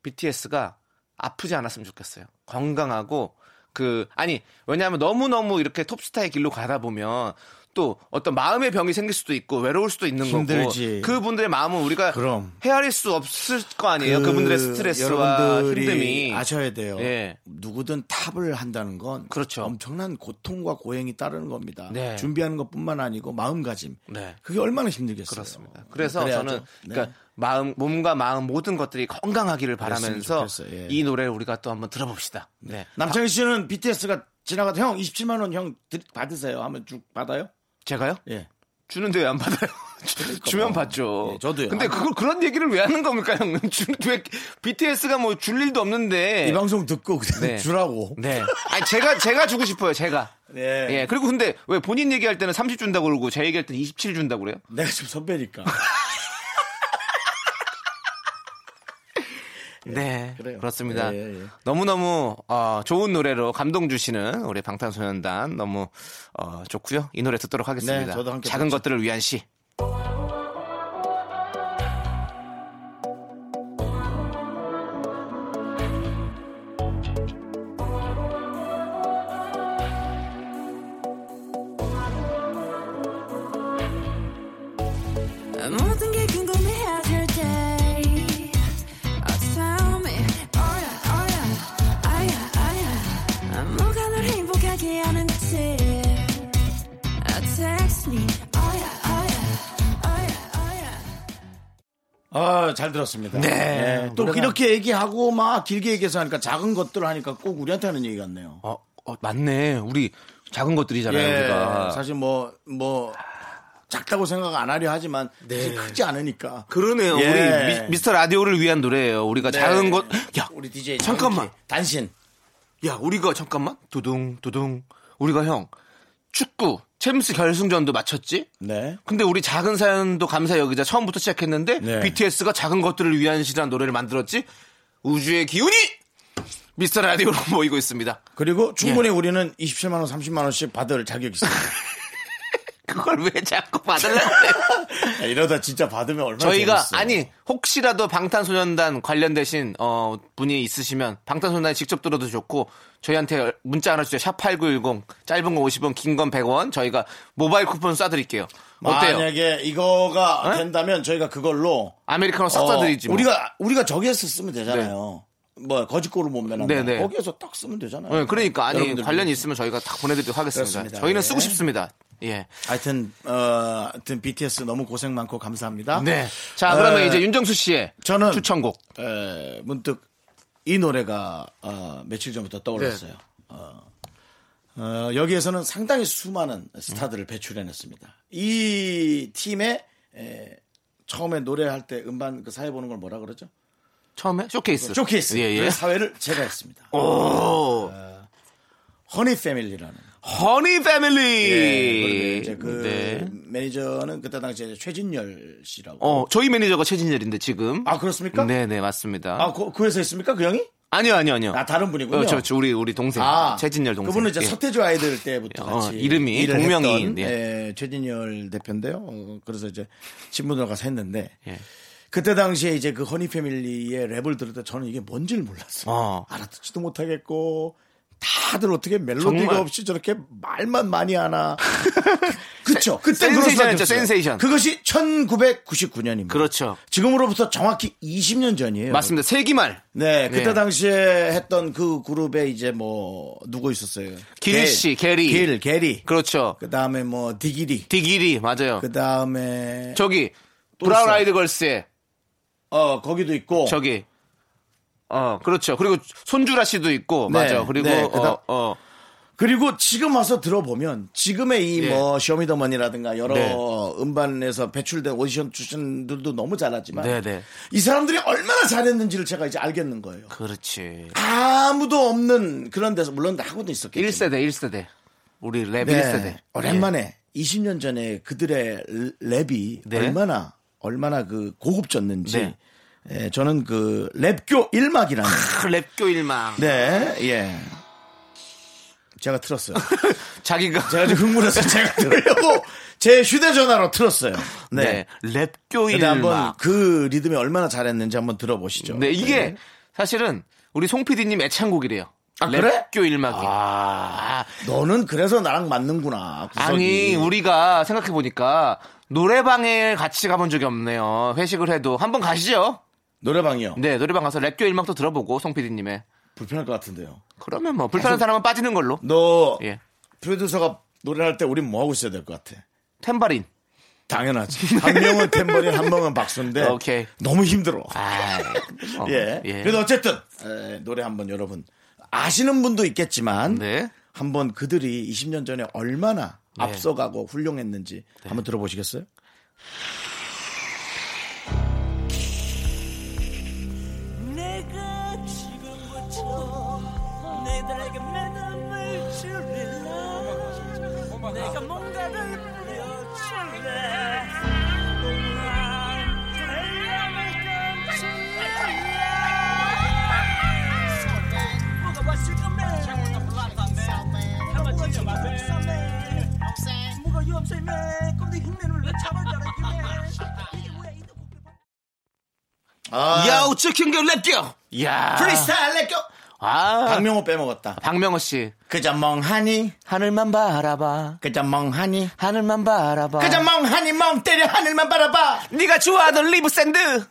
Speaker 4: BTS가 아프지 않았으면 좋겠어요. 건강하고 그 아니 왜냐하면 너무 너무 이렇게 톱스타의 길로 가다 보면 또 어떤 마음의 병이 생길 수도 있고 외로울 수도 있는
Speaker 3: 힘들지.
Speaker 4: 거고 그분들의 마음은 우리가
Speaker 3: 그럼.
Speaker 4: 헤아릴 수 없을 거 아니에요. 그, 분들의 스트레스와
Speaker 3: 여러분들이
Speaker 4: 힘듦이
Speaker 3: 아셔야 돼요.
Speaker 4: 예.
Speaker 3: 누구든 탑을 한다는 건
Speaker 4: 그렇죠.
Speaker 3: 엄청난 고통과 고행이 따르는 겁니다.
Speaker 4: 네.
Speaker 3: 준비하는 것뿐만 아니고 마음가짐.
Speaker 4: 네.
Speaker 3: 그게 얼마나 힘들겠어요.
Speaker 4: 그렇습니다. 그래서
Speaker 3: 그래야죠.
Speaker 4: 저는
Speaker 3: 네.
Speaker 4: 그러니까 마음 몸과 마음 모든 것들이 건강하기를 바라면서
Speaker 3: 좋겠어요. 예.
Speaker 4: 이 노래를 우리가 또 한번 들어봅시다. 네.
Speaker 3: 남창희 씨는 BTS가 지나가다 형 27만 원 형 받으세요 하면 쭉 받아요?
Speaker 4: 제가요?
Speaker 3: 예.
Speaker 4: 주는데 왜 안 받아요? 주- 주면
Speaker 3: 뭐.
Speaker 4: 받죠.
Speaker 3: 예, 저도요.
Speaker 4: 근데
Speaker 3: 아.
Speaker 4: 그걸 그런 얘기를 왜 하는 겁니까, 형님? 왜 BTS가 뭐 줄 일도 없는데.
Speaker 3: 이 방송 듣고 그냥
Speaker 4: 네.
Speaker 3: 주라고.
Speaker 4: 네. 아니 제가 제가 주고 싶어요. 제가.
Speaker 3: 네.
Speaker 4: 예. 그리고 근데 왜 본인 얘기할 때는 30 준다고 그러고 제 얘기할 때는 27 준다고 그래요?
Speaker 3: 내가 좀 선배니까.
Speaker 4: 네.
Speaker 3: 예, 그래요.
Speaker 4: 렇습니다
Speaker 3: 예, 예, 예.
Speaker 4: 너무너무 어, 좋은 노래로 감동 주시는 우리 방탄소년단 너무 어, 좋고요. 이 노래 듣도록 하겠습니다.
Speaker 3: 네, 저도 함께
Speaker 4: 작은
Speaker 3: 듣죠.
Speaker 4: 것들을 위한 시.
Speaker 7: 모든 게 궁금해 하실 때 어서 tell me 어야 어야 아야 아야 뭐가 널 행복하게 하는지 text me 어야 어야 어야 어야
Speaker 3: 아, 잘 들었습니다.
Speaker 4: 네.
Speaker 3: 또
Speaker 4: 노래가-
Speaker 3: 이렇게 얘기하고 막 길게 얘기해서 하니까 작은 것들 하니까 꼭 우리한테 하는 얘기 같네요.
Speaker 4: 어, 어, 맞네. 우리 작은 것들이잖아요. 네,
Speaker 3: 예,
Speaker 4: 우리가.
Speaker 3: 사실 뭐, 뭐, 작다고 생각 안 하려 하지만 사실 크지 않으니까.
Speaker 4: 네. 그러네요.
Speaker 3: 예.
Speaker 4: 우리 미, 스터 라디오를 위한 노래예요. 우리가
Speaker 3: 네.
Speaker 4: 작은 것. 야,
Speaker 3: 우리 DJ
Speaker 4: 잠깐만.
Speaker 3: 이렇게 단신.
Speaker 4: 야, 우리가 잠깐만. 두둥 두둥. 우리가 형 축구 챔스 결승전도 마쳤지?
Speaker 3: 네.
Speaker 4: 근데 우리 작은 사연도 감사 여기자 처음부터 시작했는데
Speaker 3: 네.
Speaker 4: BTS가 작은 것들을 위한 시라는 노래를 만들었지? 우주의 기운이 미스터 라디오로 모이고 있습니다.
Speaker 3: 그리고 충분히
Speaker 4: 예.
Speaker 3: 우리는 27만원, 30만원씩 받을 자격이 있습니다.
Speaker 4: 그걸 왜 자꾸 받으려고 그래?
Speaker 3: 야, 예, 이러다 진짜 받으면 얼마나
Speaker 4: 저희가
Speaker 3: 재밌어.
Speaker 4: 아니 혹시라도 방탄소년단 관련되신 어, 분이 있으시면 방탄소년단 직접 들어도 좋고 저희한테 문자 하나 주세요. 샵8910 짧은 거 50원, 긴 건 100원. 저희가 모바일 쿠폰 쏴 드릴게요. 어때요?
Speaker 3: 만약에 이거가
Speaker 4: 에?
Speaker 3: 된다면 저희가 그걸로
Speaker 4: 아메리카노 싹
Speaker 3: 어,
Speaker 4: 쏴 드리지. 뭐. 네.
Speaker 3: 우리가 우리가 저기에서 쓰면 되잖아요. 뭐 거짓골을 못 내는
Speaker 4: 네네.
Speaker 3: 거기에서 딱 쓰면 되잖아요.
Speaker 4: 네, 그러니까 아니
Speaker 3: 여러분들
Speaker 4: 관련이 있으면 저희가 다 보내드리도록 하겠습니다.
Speaker 3: 그렇습니다.
Speaker 4: 저희는
Speaker 3: 네.
Speaker 4: 쓰고 싶습니다. 예.
Speaker 3: 하여튼 어, 하여튼 BTS 너무 고생 많고 감사합니다.
Speaker 4: 네. 자 그러면
Speaker 3: 에,
Speaker 4: 이제 윤정수 씨의
Speaker 3: 어, 저는-
Speaker 4: 추천곡.
Speaker 3: 에, 문득 이 노래가 어, 며칠 전부터 떠올랐어요.
Speaker 4: 네.
Speaker 3: 어, 어, 여기에서는 상당히 수많은 스타들을 배출해냈습니다. 이 팀의 에, 처음에 노래할 때 음반 그 사회 보는 걸 뭐라 그러죠?
Speaker 4: 처음에 쇼케이스.
Speaker 3: 쇼케이스
Speaker 4: 예, 예.
Speaker 3: 그 사회를 제가했습니다. 아.
Speaker 4: 오.
Speaker 3: 허니 패밀리라는
Speaker 4: 허니
Speaker 3: 예,
Speaker 4: 패밀리.
Speaker 3: 이제 그
Speaker 4: 네.
Speaker 3: 매니저는 그때 당시에 이제 최진열 씨라고.
Speaker 4: 어, 저희 매니저가 최진열인데 지금.
Speaker 3: 아 그렇습니까?
Speaker 4: 네네 맞습니다.
Speaker 3: 아, 그, 그 회사 있습니까? 그 형이?
Speaker 4: 아니요 아니요 아니요.
Speaker 3: 아, 다른 분이군요.
Speaker 4: 어, 저, 저 우리 우리 동생
Speaker 3: 아,
Speaker 4: 최진열 동생.
Speaker 3: 그분은 이제
Speaker 4: 예.
Speaker 3: 서태조 아이들 때부터
Speaker 4: 어,
Speaker 3: 같이
Speaker 4: 이름이
Speaker 3: 일을 했던,
Speaker 4: 동명이인, 예.
Speaker 3: 예, 최진열 대표인데요. 어, 그래서 이제 친분들 가서 했는데
Speaker 4: 예.
Speaker 3: 그때 당시에 이제 그 허니 패밀리의 랩을 들을 때 저는 이게 뭔지를 몰랐어요.
Speaker 4: 어.
Speaker 3: 알아듣지도 못하겠고 다들 어떻게 멜로디가
Speaker 4: 정말.
Speaker 3: 없이 저렇게 말만 많이 하나. 그렇죠. 그때 그런
Speaker 4: 센세이션이었죠,
Speaker 3: 사람이었어요.
Speaker 4: 센세이션.
Speaker 3: 그것이 1999년입니다.
Speaker 4: 그렇죠.
Speaker 3: 지금으로부터 정확히 20년 전이에요.
Speaker 4: 맞습니다. 세기말.
Speaker 3: 네, 그때
Speaker 4: 네.
Speaker 3: 당시에 했던 그 그룹에 이제 뭐 누구 있었어요?
Speaker 4: 길
Speaker 3: 게-
Speaker 4: 씨, 게리.
Speaker 3: 길, 게리.
Speaker 4: 그렇죠.
Speaker 3: 그 다음에 뭐 디기리.
Speaker 4: 디기리 맞아요.
Speaker 3: 그 다음에
Speaker 4: 저기 브라운
Speaker 3: 있어요.
Speaker 4: 아이드 걸스의
Speaker 3: 어 거기도 있고.
Speaker 4: 저기 어 그렇죠. 그리고 손주라 씨도 있고
Speaker 3: 네,
Speaker 4: 맞아. 그리고
Speaker 3: 네, 그다음-
Speaker 4: 어, 어,
Speaker 3: 그리고 지금 와서 들어보면 지금의
Speaker 4: 예.
Speaker 3: 이 뭐 쇼미더머니라든가 여러
Speaker 4: 네.
Speaker 3: 음반에서 배출된 오디션 출신들도 너무 잘하지만
Speaker 4: 네, 네.
Speaker 3: 이 사람들이 얼마나 잘했는지를 제가 이제 알겠는 거예요.
Speaker 4: 그렇지.
Speaker 3: 아무도 없는 그런 데서 물론 하고도 있었겠죠.
Speaker 4: 1세대 1세대 우리 랩
Speaker 3: 네.
Speaker 4: 1세대 예.
Speaker 3: 오랜만에 20년 전에 그들의 랩이
Speaker 4: 네.
Speaker 3: 얼마나 얼마나 그 고급졌는지
Speaker 4: 네.
Speaker 3: 예, 저는 그 랩교 일막이라는
Speaker 4: 예. 크, 랩교 일망
Speaker 3: 네, 예. 제가 틀었어요.
Speaker 4: 자기가
Speaker 3: 제가 좀 흥분해서 제가 들으려고 제 휴대전화로 틀었어요. 네.
Speaker 4: 네. 랩교
Speaker 3: 근데 한번
Speaker 4: 일망
Speaker 3: 그 리듬이 얼마나 잘했는지 한번 들어보시죠.
Speaker 4: 네 이게 사실은 우리 송 PD님 애창곡이래요.
Speaker 3: 아, 그래?
Speaker 4: 랩교 일막이. 아,
Speaker 3: 너는 그래서 나랑 맞는구나. 구석이.
Speaker 4: 아니 우리가 생각해 보니까 노래방에 같이 가본 적이 없네요. 회식을 해도 한번 가시죠.
Speaker 3: 노래방이요.
Speaker 4: 네, 노래방 가서 랩교 일막도 들어보고 송 PD님의
Speaker 3: 불편할 것 같은데요.
Speaker 4: 그러면 뭐 불편한 사람은 빠지는 걸로.
Speaker 3: 너
Speaker 4: 예.
Speaker 3: 프로듀서가 노래할 때 우린 뭐 하고 있어야 될 것 같아?
Speaker 4: 템바린.
Speaker 3: 당연하지. 한 명은 탬버린, 한 명은 박수인데
Speaker 4: 오케이.
Speaker 3: 너무 힘들어.
Speaker 4: 아, 어,
Speaker 3: 예. 그래도 어쨌든 에, 노래 한번 여러분 아시는 분도 있겠지만
Speaker 4: 네.
Speaker 3: 한번 그들이 20년 전에 얼마나 앞서가고 훌륭했는지 한번 들어보시겠어요?
Speaker 5: 내가 지금부터 내들에게 매듭을 줄일래 내가 뭔가를 뿌려줄래 동안 들려면 깜찍해 누가 봤을 건데 누가 지금 썸에 뭐가 유업쌤에 꼼데 힘내는 왜 참을 자라 이게 뭐야 이
Speaker 3: 아,
Speaker 4: 야우 치킨겨 랩교. 야.
Speaker 3: 프리스타일 렛고
Speaker 4: 아.
Speaker 3: 박명호 빼먹었다.
Speaker 4: 박명호 씨.
Speaker 3: 그저 멍하니
Speaker 4: 하늘만 바라봐.
Speaker 3: 그저 멍하니
Speaker 4: 하늘만 바라봐.
Speaker 3: 그저 멍하니 멍 때려 하늘만 바라봐.
Speaker 4: 네가 좋아하던 리브 샌드.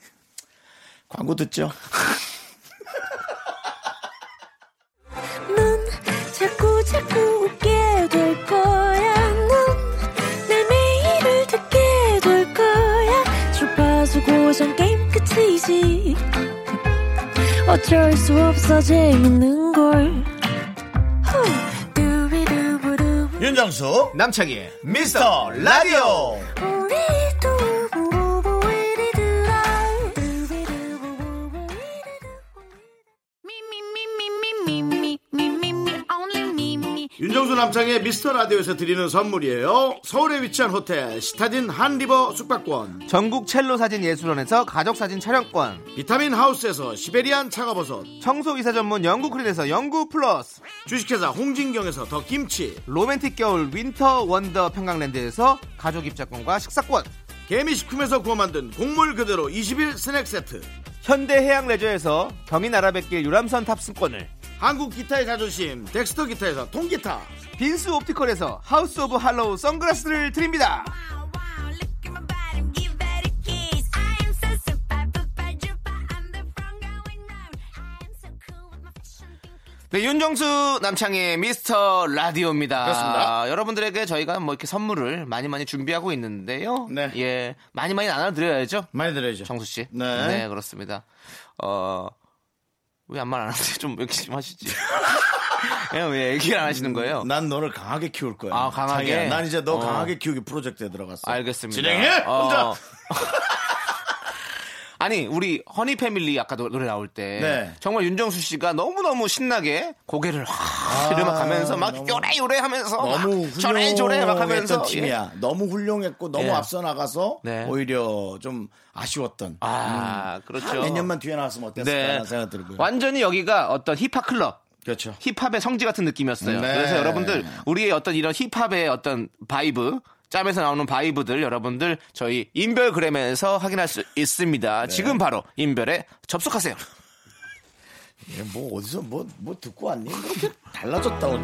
Speaker 3: 광고 듣죠?
Speaker 6: 넌 자꾸 자꾸 웃게 될 거야. 넌내 매일을 듣게 될 거야. 주파수 고정 게임 끝.
Speaker 8: 어쩔 수 없어 재밌는 걸 후. 두비두부두부.
Speaker 3: 윤정수
Speaker 4: 남창희의
Speaker 3: 미스터 라디오
Speaker 8: 우리 두부부부 이리들아. 두비두부부부 이리두부.
Speaker 3: 윤정수 남창의 미스터 라디오에서 드리는 선물이에요 서울에 위치한 호텔 시타딘 한리버 숙박권
Speaker 4: 전국 첼로 사진 예술원에서 가족 사진 촬영권,
Speaker 3: 비타민 하우스에서 시베리안 차가버섯
Speaker 4: 청소 이사 전문 영구 크린에서 영구 플러스,
Speaker 3: 주식회사 홍진경에서 더 김치
Speaker 4: 로맨틱 겨울 윈터 원더 평강랜드에서 가족 입자권과 식사권,
Speaker 3: 개미식품에서 구워 만든 곡물 그대로 20일 스낵 세트
Speaker 4: 현대 해양 레저에서 경인 아라뱃길 유람선 탑승권을,
Speaker 3: 한국 기타의 자존심 덱스터 기타에서 통기타
Speaker 4: 빈스 옵티컬에서 하우스 오브 할로우 선글라스를 드립니다. 네, 윤정수 남창의 미스터 라디오입니다.
Speaker 3: 그렇습니다.
Speaker 4: 아, 여러분들에게 저희가 뭐 이렇게 선물을 많이 많이 준비하고 있는데요.
Speaker 3: 네.
Speaker 4: 예, 많이 많이 나눠드려야죠.
Speaker 3: 많이 들어야죠
Speaker 4: 정수 씨.
Speaker 3: 네. 그
Speaker 4: 니다 어, 왜 안 말 안 하세요? 좀 얘기 좀 하시지. 예, 왜 얘기를 안 하시는 거예요?
Speaker 3: 난 너를 강하게 아, 키울 거야
Speaker 4: 아, 강하게?
Speaker 3: 자기야, 난 이제 너
Speaker 4: 어.
Speaker 3: 강하게 키우기 프로젝트에 들어갔어
Speaker 4: 알겠습니다.
Speaker 3: 진행해 혼자
Speaker 4: 어. 아니 우리 허니 패밀리 아까 노- 노래 나올 때
Speaker 3: 네.
Speaker 4: 정말 윤정수 씨가 너무 너무 신나게 고개를 확 이러면 가면서 막
Speaker 3: 아, 너무-
Speaker 4: 요래 요래 하면서
Speaker 3: 너무
Speaker 4: 막 저래 저래 막 하면서
Speaker 3: 훌륭했던 팀이야. 예, 너무 훌륭했고 너무
Speaker 4: 예.
Speaker 3: 앞서 나가서
Speaker 4: 네.
Speaker 3: 오히려 좀 아쉬웠던.
Speaker 4: 아 그렇죠.
Speaker 3: 음. 몇 년만 뒤에 나왔으면 어땠을까
Speaker 4: 네.
Speaker 3: 라 생각 들고요.
Speaker 4: 완전히 여기가 어떤 힙합 클럽
Speaker 3: 그렇죠.
Speaker 4: 힙합의 성지 같은 느낌이었어요.
Speaker 3: 네.
Speaker 4: 그래서 여러분들 우리의 어떤 이런 힙합의 어떤 바이브 짬에서 나오는 바이브들 여러분들 저희 인별그램에서 확인할 수 있습니다. 지금 바로 인별에 접속하세요.
Speaker 3: 얘뭐 어디서 뭐 뭐 듣고 왔니? 그렇게 달라졌다고.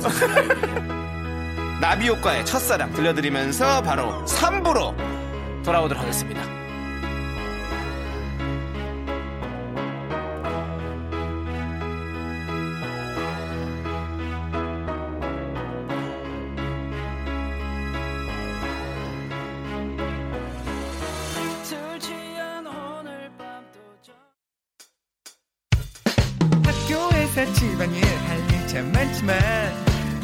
Speaker 4: 나비 효과의 첫사랑 들려드리면서 바로 3부로 돌아오도록 하겠습니다.
Speaker 9: 학교에서 집안일 할 일 참 많지만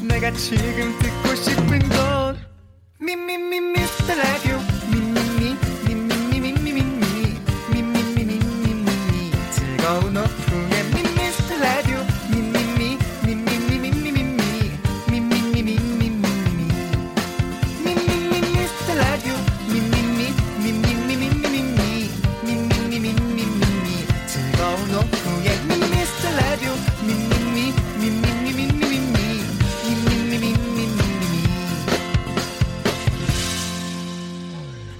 Speaker 9: 내가 지금 듣고 싶은 건 미미미 미스터 라디오 미미미 미미미 미미미 미미미 미미미 즐거운 오후에 미스터 라디오 미미미 미미미 미미미 미미미 미미미 미미미 미스터 라디오 미미미 미미미 미미미 미미미 미미미 즐거운 오후에 미스터 라디오 미미미 미미미 미미미 미미미 미미미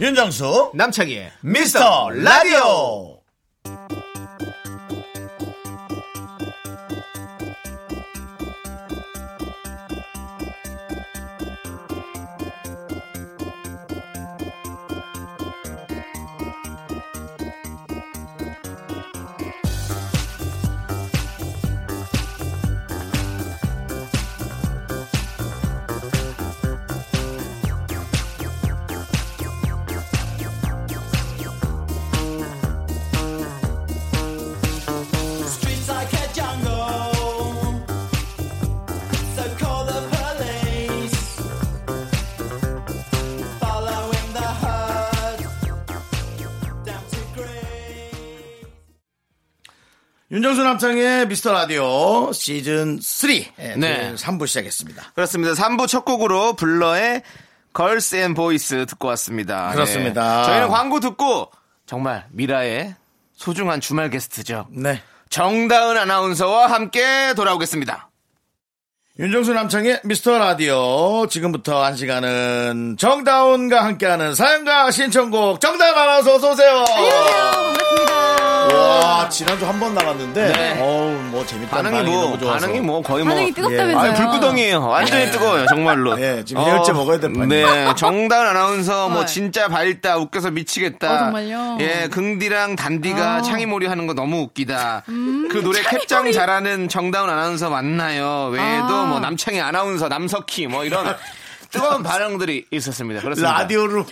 Speaker 3: 윤정수
Speaker 4: 남창희의
Speaker 3: 미스터 라디오. 윤정수 남창의 미스터 라디오 시즌 3
Speaker 4: 네.
Speaker 3: 네. 3부 시작했습니다.
Speaker 4: 그렇습니다. 3부 첫 곡으로 블러의 걸스 앤 보이스 듣고 왔습니다.
Speaker 3: 그렇습니다.
Speaker 4: 네. 저희는 광고 듣고 정말 미라의 소중한 주말 게스트죠.
Speaker 3: 네.
Speaker 4: 정다은 아나운서와 함께 돌아오겠습니다.
Speaker 3: 윤정수 남창의 미스터 라디오 지금부터 한 시간은 정다운과 함께하는 사연과 신청곡 정다운 아나운서 어서 오세요. 와 지난주 한 번 나갔는데
Speaker 4: 네.
Speaker 3: 어우 뭐 재밌다
Speaker 4: 반응이 뭐,
Speaker 3: 너무 좋아서
Speaker 4: 반응이 뭐 거의 뭐
Speaker 8: 반응이 뜨겁다면서요.
Speaker 4: 아니, 불구덩이에요. 완전히 뜨거워요, 정말로.
Speaker 3: 예, 지금 해열제 먹어야 될
Speaker 4: 요
Speaker 3: 판이에요.
Speaker 4: 네, 정다은 아나운서 뭐
Speaker 10: 헐.
Speaker 4: 진짜 밝다, 웃겨서 미치겠다.
Speaker 10: 어, 정말요?
Speaker 4: 예, 긍디랑 단디가 창의몰이 하는 거 너무 웃기다. 그 노래 캡장 잘하는 정다은 아나운서 맞나요? 외에도
Speaker 10: 아.
Speaker 4: 뭐 남창희 아나운서, 남석희 뭐 이런 뜨거운 반응들이 있었습니다. 그렇습니다.
Speaker 3: 라디오로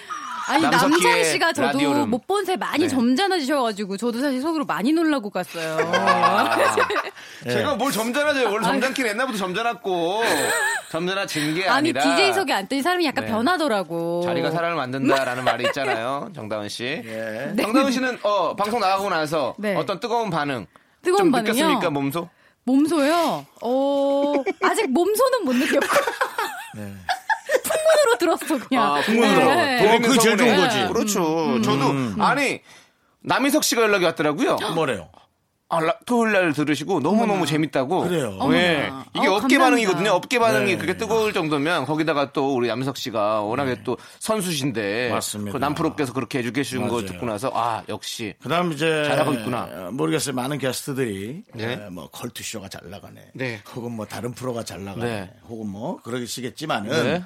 Speaker 9: 아니
Speaker 4: 남석희의
Speaker 9: 남창희 씨가 저도
Speaker 4: 라디오룸.
Speaker 9: 못 본 새 많이
Speaker 4: 네.
Speaker 9: 점잖아지셔가지고 저도 사실 속으로 많이 놀라고 갔어요.
Speaker 4: 아,
Speaker 3: 네.
Speaker 4: 제가 뭘 점잖아져요. 원래 점잖긴 옛날부터 점잖았고 점잖아진 게
Speaker 9: 아니
Speaker 4: 아니라
Speaker 9: DJ석에 앉더니 사람이 약간
Speaker 4: 네.
Speaker 9: 변하더라고.
Speaker 4: 자리가 사람을 만든다라는 말이 있잖아요. 정다은 씨.
Speaker 3: 예.
Speaker 4: 정다은 씨는 어, 방송 나가고 나서
Speaker 9: 네.
Speaker 4: 어떤 뜨거운 반응
Speaker 9: 뜨거운
Speaker 4: 좀
Speaker 9: 반응이요?
Speaker 4: 느꼈습니까 몸소?
Speaker 9: 몸소요? 어, 아직 몸소는 못 느꼈고. 풍문으로 들었어, 그냥.
Speaker 4: 아, 풍문으로.
Speaker 9: 아, 네.
Speaker 4: 돌리는
Speaker 3: 아, 어, 그게 제일
Speaker 4: 성분에.
Speaker 3: 좋은 거지.
Speaker 4: 그렇죠. 저도 아니 남인석 씨가 연락이 왔더라고요.
Speaker 3: 뭐래요?
Speaker 4: 아, 라- 토요일 날 들으시고 너무너무 재밌다고.
Speaker 3: 그래요.
Speaker 4: 예.
Speaker 9: 어머나.
Speaker 4: 이게
Speaker 9: 어,
Speaker 4: 업계
Speaker 9: 감사합니다.
Speaker 4: 반응이거든요. 업계 반응이
Speaker 3: 네.
Speaker 4: 그게 뜨거울 정도면 거기다가 또 우리 남석 씨가 워낙에 또 선수신데
Speaker 3: 맞습니다.
Speaker 4: 그 남프로께서 그렇게 해주게 해준 거
Speaker 3: 맞아요.
Speaker 4: 듣고 나서 아, 역시.
Speaker 3: 그다음 이제
Speaker 4: 잘하고 있구나.
Speaker 3: 어, 모르겠어요. 많은 게스트들이
Speaker 4: 네.
Speaker 3: 에, 뭐 컬투 쇼가 잘 나가네.
Speaker 4: 네.
Speaker 3: 혹은 뭐 다른 프로가 잘 나가네.
Speaker 4: 네.
Speaker 3: 혹은 뭐 그러시겠지만은
Speaker 4: 네.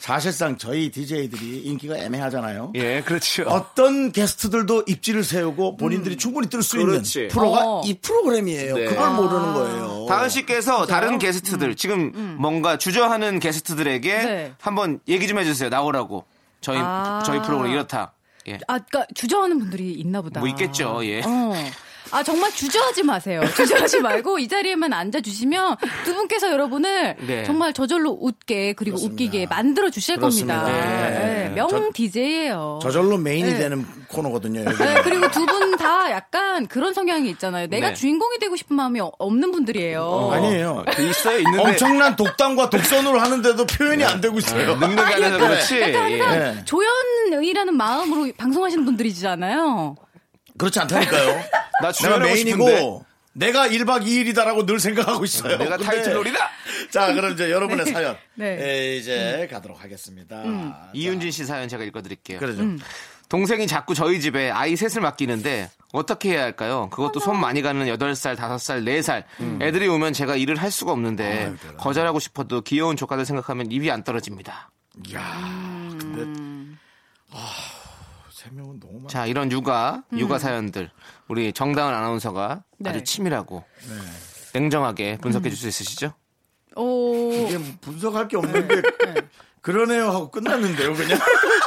Speaker 3: 사실상 저희 DJ들이 인기가 애매하잖아요.
Speaker 4: 예, 그렇죠.
Speaker 3: 어떤 게스트들도 입지를 세우고 본인들이 충분히 뜰 수 있는
Speaker 4: 음. 그렇지.
Speaker 3: 프로가
Speaker 9: 어.
Speaker 3: 이 프로그램이에요.
Speaker 4: 네.
Speaker 3: 그걸 모르는 거예요.
Speaker 4: 어. 다은 씨께서 다른 게스트들 지금 뭔가 주저하는 게스트들에게
Speaker 9: 네.
Speaker 4: 한번 얘기 좀 해주세요. 나오라고 저희
Speaker 9: 아.
Speaker 4: 저희 프로그램 이렇다. 예.
Speaker 9: 아, 그니까 주저하는 분들이 있나 보다.
Speaker 4: 뭐 있겠죠, 예.
Speaker 9: 어. 아, 정말 주저하지 마세요. 주저하지 말고 이 자리에만 앉아주시면 두 분께서 여러분을
Speaker 4: 네.
Speaker 9: 정말 저절로 웃게 그리고 웃기게 만들어 주실
Speaker 3: 그렇습니다.
Speaker 9: 겁니다.
Speaker 3: 네.
Speaker 9: 네. 명
Speaker 3: 저-
Speaker 9: DJ예요.
Speaker 3: 저절로 메인이
Speaker 9: 네.
Speaker 3: 되는 코너거든요. 여기.
Speaker 9: 네, 그리고 두 분 다 약간 그런 성향이 있잖아요. 내가
Speaker 4: 네.
Speaker 9: 주인공이 되고 싶은 마음이 어- 없는 분들이에요.
Speaker 3: 아니에요.
Speaker 4: 그 있어요, 어. 있는데 네.
Speaker 3: 엄청난 독단과 독선으로 하는데도 표현이 안 되고 있어요.
Speaker 9: 그러니까 그렇죠.
Speaker 4: 능력이 안 돼서 그렇죠. 그렇지. 예.
Speaker 3: 네.
Speaker 9: 조연의라는 마음으로 방송하시는 분들이잖아요.
Speaker 3: 그렇지 않다니까요. 내가
Speaker 4: 나 주연하고 싶은데.
Speaker 3: 메인이고 내가 1박 2일이다라고 늘 생각하고 있어요.
Speaker 4: 내가
Speaker 3: 근데-
Speaker 4: 타이틀롤이다.
Speaker 3: 자, 그럼 이제 여러분의
Speaker 9: 네.
Speaker 3: 사연
Speaker 9: 네. 음.
Speaker 3: 예, 이제 가도록 하겠습니다. 자,
Speaker 4: 이윤진 씨 사연 제가 읽어드릴게요.
Speaker 3: 그러죠.
Speaker 4: 동생이 자꾸 저희 집에 아이 셋을 맡기는데 어떻게 해야 할까요? 그것도 손 많이 가는 8살, 5살, 4살 애들이 오면 제가 일을 할 수가 없는데 거절하고 싶어도 귀여운 조카들 생각하면 입이 안 떨어집니다.
Speaker 3: 야, 근데
Speaker 9: 음.
Speaker 3: 아, 세 명은 너무 많아.
Speaker 4: 자, 이런 육아, 육아 사연들 우리 정다은 아나운서가
Speaker 9: 음. 네. 음.
Speaker 4: 아주 치밀하고 냉정하게 분석해 줄 수 있으시죠?
Speaker 9: 오,
Speaker 3: 이게 뭐 분석할 게
Speaker 9: 네.
Speaker 3: 없는 게 그러네요 하고 끝났는데요, 그냥.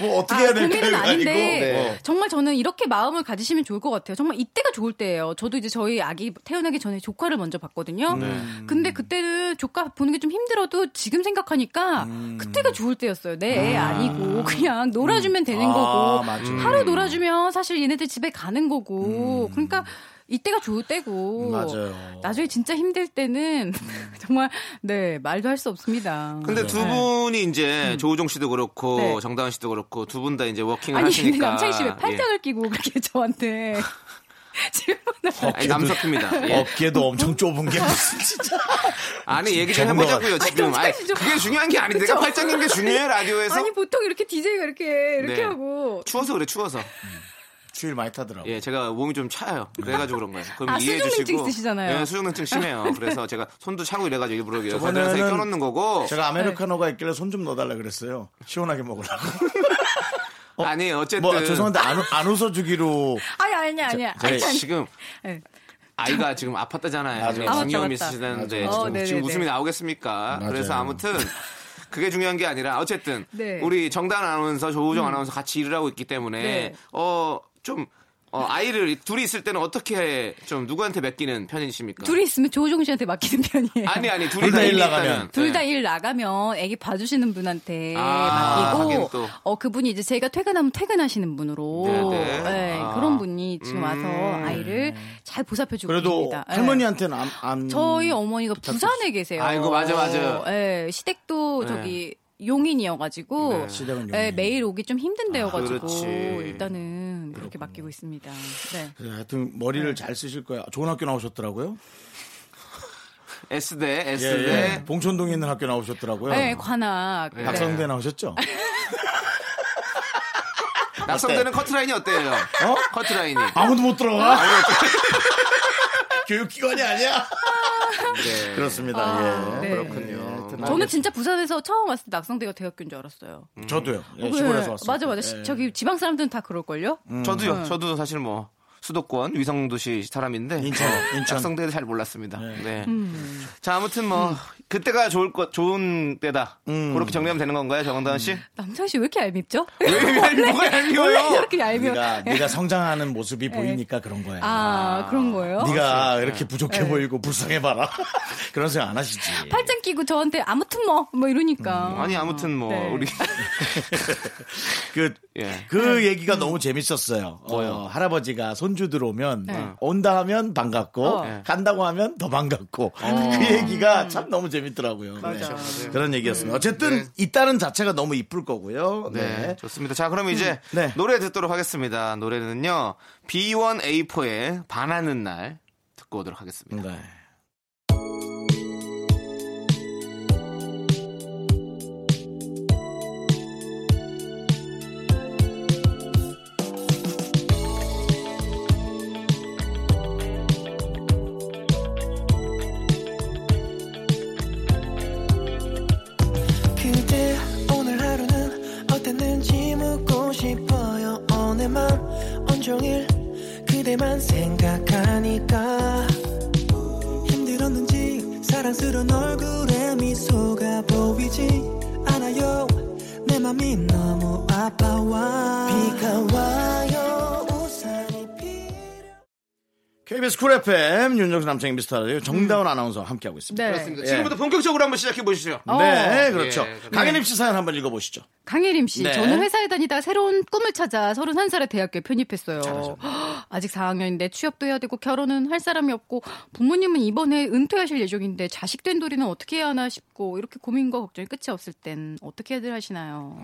Speaker 3: 뭐 어떻게
Speaker 9: 아,
Speaker 3: 해야 될까요?
Speaker 9: 고민은
Speaker 3: 이거 아니고.
Speaker 9: 아닌데
Speaker 3: 네.
Speaker 9: 정말 저는 이렇게 마음을 가지시면 좋을 것 같아요. 정말 이때가 좋을 때예요. 저도 이제 저희 아기 태어나기 전에 조카를 먼저 봤거든요.
Speaker 3: 네.
Speaker 4: 음.
Speaker 9: 근데 그때는 조카 보는 게 좀 힘들어도 지금 생각하니까
Speaker 3: 음.
Speaker 9: 그때가 좋을 때였어요. 내 애 아니고 그냥 놀아주면 되는
Speaker 3: 아,
Speaker 9: 거고
Speaker 3: 맞아.
Speaker 9: 하루 놀아주면 사실 얘네들 집에 가는 거고 그러니까. 이때가 좋을 때고
Speaker 3: 음. 맞아요.
Speaker 9: 나중에 진짜 힘들 때는 정말 네 말도 할 수 없습니다.
Speaker 4: 근데 두
Speaker 9: 네.
Speaker 4: 분이 이제 조우종 씨도 그렇고
Speaker 9: 음. 네.
Speaker 4: 정다은 씨도 그렇고 두 분 다 이제 워킹을
Speaker 9: 아니 근데
Speaker 4: 하시니까
Speaker 9: 남창희 씨왜
Speaker 4: 예.
Speaker 9: 팔짱을 끼고 그렇게 저한테 질문을
Speaker 4: 아니, 남석입니다. 예.
Speaker 3: 어깨도 엄청 좁은 게 무슨 진짜.
Speaker 4: 아니 얘기 좀
Speaker 3: 정말.
Speaker 4: 해보자고요 지금. 아니,
Speaker 9: 정말 좀-
Speaker 4: 그게 중요한 게 아닌데 내가 팔짱 낀게 중요해 라디오에서.
Speaker 9: 그렇죠. 아니 보통 이렇게 DJ가 이렇게 이렇게
Speaker 4: 네.
Speaker 9: 하고
Speaker 4: 추워서 그래 추워서.
Speaker 3: 추위를 많이 타더라고. 요
Speaker 4: 예, 제가 몸이 좀 차요. 그래가지고 그런 거예요. 그럼
Speaker 9: 아,
Speaker 4: 이해해
Speaker 9: 수족냉증
Speaker 4: 주시고.
Speaker 9: 있으시잖아요.
Speaker 4: 예, 수족냉증 심해요. 그래서 제가 손도 차고 이래가지고 일부러
Speaker 3: 저번에는
Speaker 4: 가드랑이 껴놓는 거고.
Speaker 3: 제가 아메리카노가
Speaker 9: 네.
Speaker 3: 있길래 손 좀 넣어달라 그랬어요. 시원하게 먹으라고.
Speaker 4: 아니 어쨌든
Speaker 3: 뭐 죄송한데 안, 안 웃어주기로
Speaker 9: 아니 아니 아니야.
Speaker 4: 저희 지금
Speaker 9: 네.
Speaker 4: 아이가 지금 아팠다잖아요. 네,
Speaker 3: 맞아,
Speaker 9: 맞아.
Speaker 4: 중이염이
Speaker 9: 아, 맞다,
Speaker 4: 있으시다는데
Speaker 9: 맞아. 어,
Speaker 4: 지금, 지금
Speaker 9: 네네네.
Speaker 4: 웃음이 나오겠습니까?
Speaker 3: 맞아요.
Speaker 4: 그래서 아무튼 그게 중요한 게 아니라 어쨌든
Speaker 9: 네. 음.
Speaker 4: 우리 정단 아나운서 조우정 아나운서 같이 일을 하고 있기 때문에
Speaker 9: 네.
Speaker 4: 어좀 어, 아이를 둘이 있을 때는 어떻게 좀 누구한테 맡기는 편이십니까?
Speaker 9: 둘이 있으면 조우종 씨한테 맡기는 편이에요.
Speaker 4: 아니 아니 둘이
Speaker 3: 둘다
Speaker 4: 다
Speaker 3: 일
Speaker 4: 일이
Speaker 3: 나가면.
Speaker 4: 있다면.
Speaker 9: 둘 다
Speaker 4: 네.
Speaker 9: 일 나가면 애기 봐주시는 분한테
Speaker 4: 아, 하긴
Speaker 9: 맡기고
Speaker 4: 또.
Speaker 9: 어 그분이 이제 제가 퇴근하면 퇴근하시는 분으로
Speaker 4: 네, 네.
Speaker 9: 네,
Speaker 4: 아.
Speaker 9: 그런 분이 지금 와서
Speaker 4: 음.
Speaker 9: 아이를 잘 보살펴주고
Speaker 3: 그래도
Speaker 9: 계십니다. 네.
Speaker 3: 할머니한테는 안, 안
Speaker 9: 저희 어머니가 부산에 계세요.
Speaker 4: 음. 아이고, 맞아, 맞아.
Speaker 9: 예, 시댁도
Speaker 4: 네.
Speaker 9: 저기 용인이어가지고
Speaker 4: 네.
Speaker 3: 시댁은
Speaker 9: 예,
Speaker 3: 용인.
Speaker 9: 매일 오기 좀
Speaker 4: 아,
Speaker 9: 힘든데여가지고
Speaker 4: 그렇지.
Speaker 9: 일단은 그렇게 맡기고 있습니다. 네.
Speaker 3: 네, 하여튼 머리를 잘 쓰실 거예요. 좋은 학교 나오셨더라고요.
Speaker 4: S대
Speaker 3: 예,
Speaker 4: S대
Speaker 3: 예. 봉천동에 있는 학교 나오셨더라고요.
Speaker 9: 네, 관악. 네.
Speaker 3: 박성대 나오셨죠?
Speaker 4: 낙성대는 커트라인이 어때요?
Speaker 3: 어?
Speaker 4: 커트라인이
Speaker 3: 아무도 못 들어가. 교육기관이 아니야.
Speaker 4: 네.
Speaker 3: 그렇습니다. 예.
Speaker 9: 네.
Speaker 3: 예,
Speaker 4: 그렇군요.
Speaker 3: 하여튼
Speaker 9: 저는 진짜 부산에서 처음 왔을 때 낙성대가 대학교인 줄 알았어요.
Speaker 3: 저도요. 예,
Speaker 9: 네.
Speaker 3: 시골에서 예. 왔어요.
Speaker 4: 음.
Speaker 3: 음.
Speaker 9: 맞아, 맞아. 시- 저기 지방 사람들은 다 그럴걸요?
Speaker 4: 저도요. 저도 사실 뭐 수도권 위성도시 사람인데
Speaker 3: 인천, 인천.
Speaker 4: 작성대를 잘 몰랐습니다. 네.
Speaker 9: 음.
Speaker 4: 자 아무튼 뭐
Speaker 3: 음.
Speaker 4: 그때가 좋을 것 좋은 때다. 그렇게 정리하면 되는 건가요, 정다은
Speaker 3: 음.
Speaker 4: 씨?
Speaker 9: 남창 씨왜 이렇게 얄밉죠?
Speaker 4: 얄미- 뭐가
Speaker 9: 원래
Speaker 4: 얄미워요?
Speaker 9: 이렇게 얄미워.
Speaker 3: 네가 네가 성장하는 모습이 보이니까 그런 거야.
Speaker 9: 네. 아, 그런 거예요?
Speaker 3: 네가 이렇게 부족해 보이고 불쌍해 봐라. 그런 생각 안 하시지.
Speaker 9: 팔짱 끼고 저한테 아무튼 뭐, 뭐 이러니까.
Speaker 4: 아니 아무튼 뭐
Speaker 9: 네.
Speaker 4: 우리
Speaker 3: 그,
Speaker 4: 예.
Speaker 9: 네.
Speaker 3: 그
Speaker 9: 음.
Speaker 3: 얘기가 너무 재밌었어요. 어, 할아버지가 손주 들어오면
Speaker 9: 네.
Speaker 3: 온다 하면 반갑고
Speaker 9: 어.
Speaker 4: 예.
Speaker 3: 간다고 하면 더 반갑고 그 얘기가 참 너무 재밌더라고요. 네. 그런 얘기였습니다. 어쨌든 있다는 자체가 너무 이쁠 거고요.
Speaker 4: 네,
Speaker 3: 네.
Speaker 4: 좋습니다. 자, 그럼 이제
Speaker 3: 네.
Speaker 4: 노래 듣도록 하겠습니다. 노래는요, B1A4의 반하는 날 듣고 오도록 하겠습니다.
Speaker 3: 네.
Speaker 11: 그대 오늘 하루는 어땠는지 묻고 싶어요 오늘 밤 온종일 그대만 생각하니까 힘들었는지 사랑스러운 얼굴에 미소가 보이지 않아요 내 맘이 너무 아파와 비가 와요 우산이 필요
Speaker 3: KBS 쿨 FM 윤정수 남창인 미스터라디오 정다운 아나운서 함께하고 있습니다.
Speaker 9: 음.
Speaker 3: 예.
Speaker 9: 네.
Speaker 4: 그렇습니다. 지금부터 본격적으로 한번 시작해 보시죠.
Speaker 3: 네,
Speaker 9: 어.
Speaker 3: 그렇죠.
Speaker 4: 예, 그렇죠.
Speaker 3: 강혜림 씨 사연 한번 읽어보시죠.
Speaker 9: 강혜림 씨,
Speaker 3: 네.
Speaker 9: 저는 회사에 다니다 새로운 꿈을 찾아 31살에 대학교에 편입했어요. 헉, 아직 4학년인데 취업도 해야 되고 결혼은 할 사람이 없고 부모님은 이번에 은퇴하실 예정인데 자식 된 도리는 어떻게 해야 하나 싶고 이렇게 고민과 걱정이 끝이 없을 땐 어떻게들 하시나요?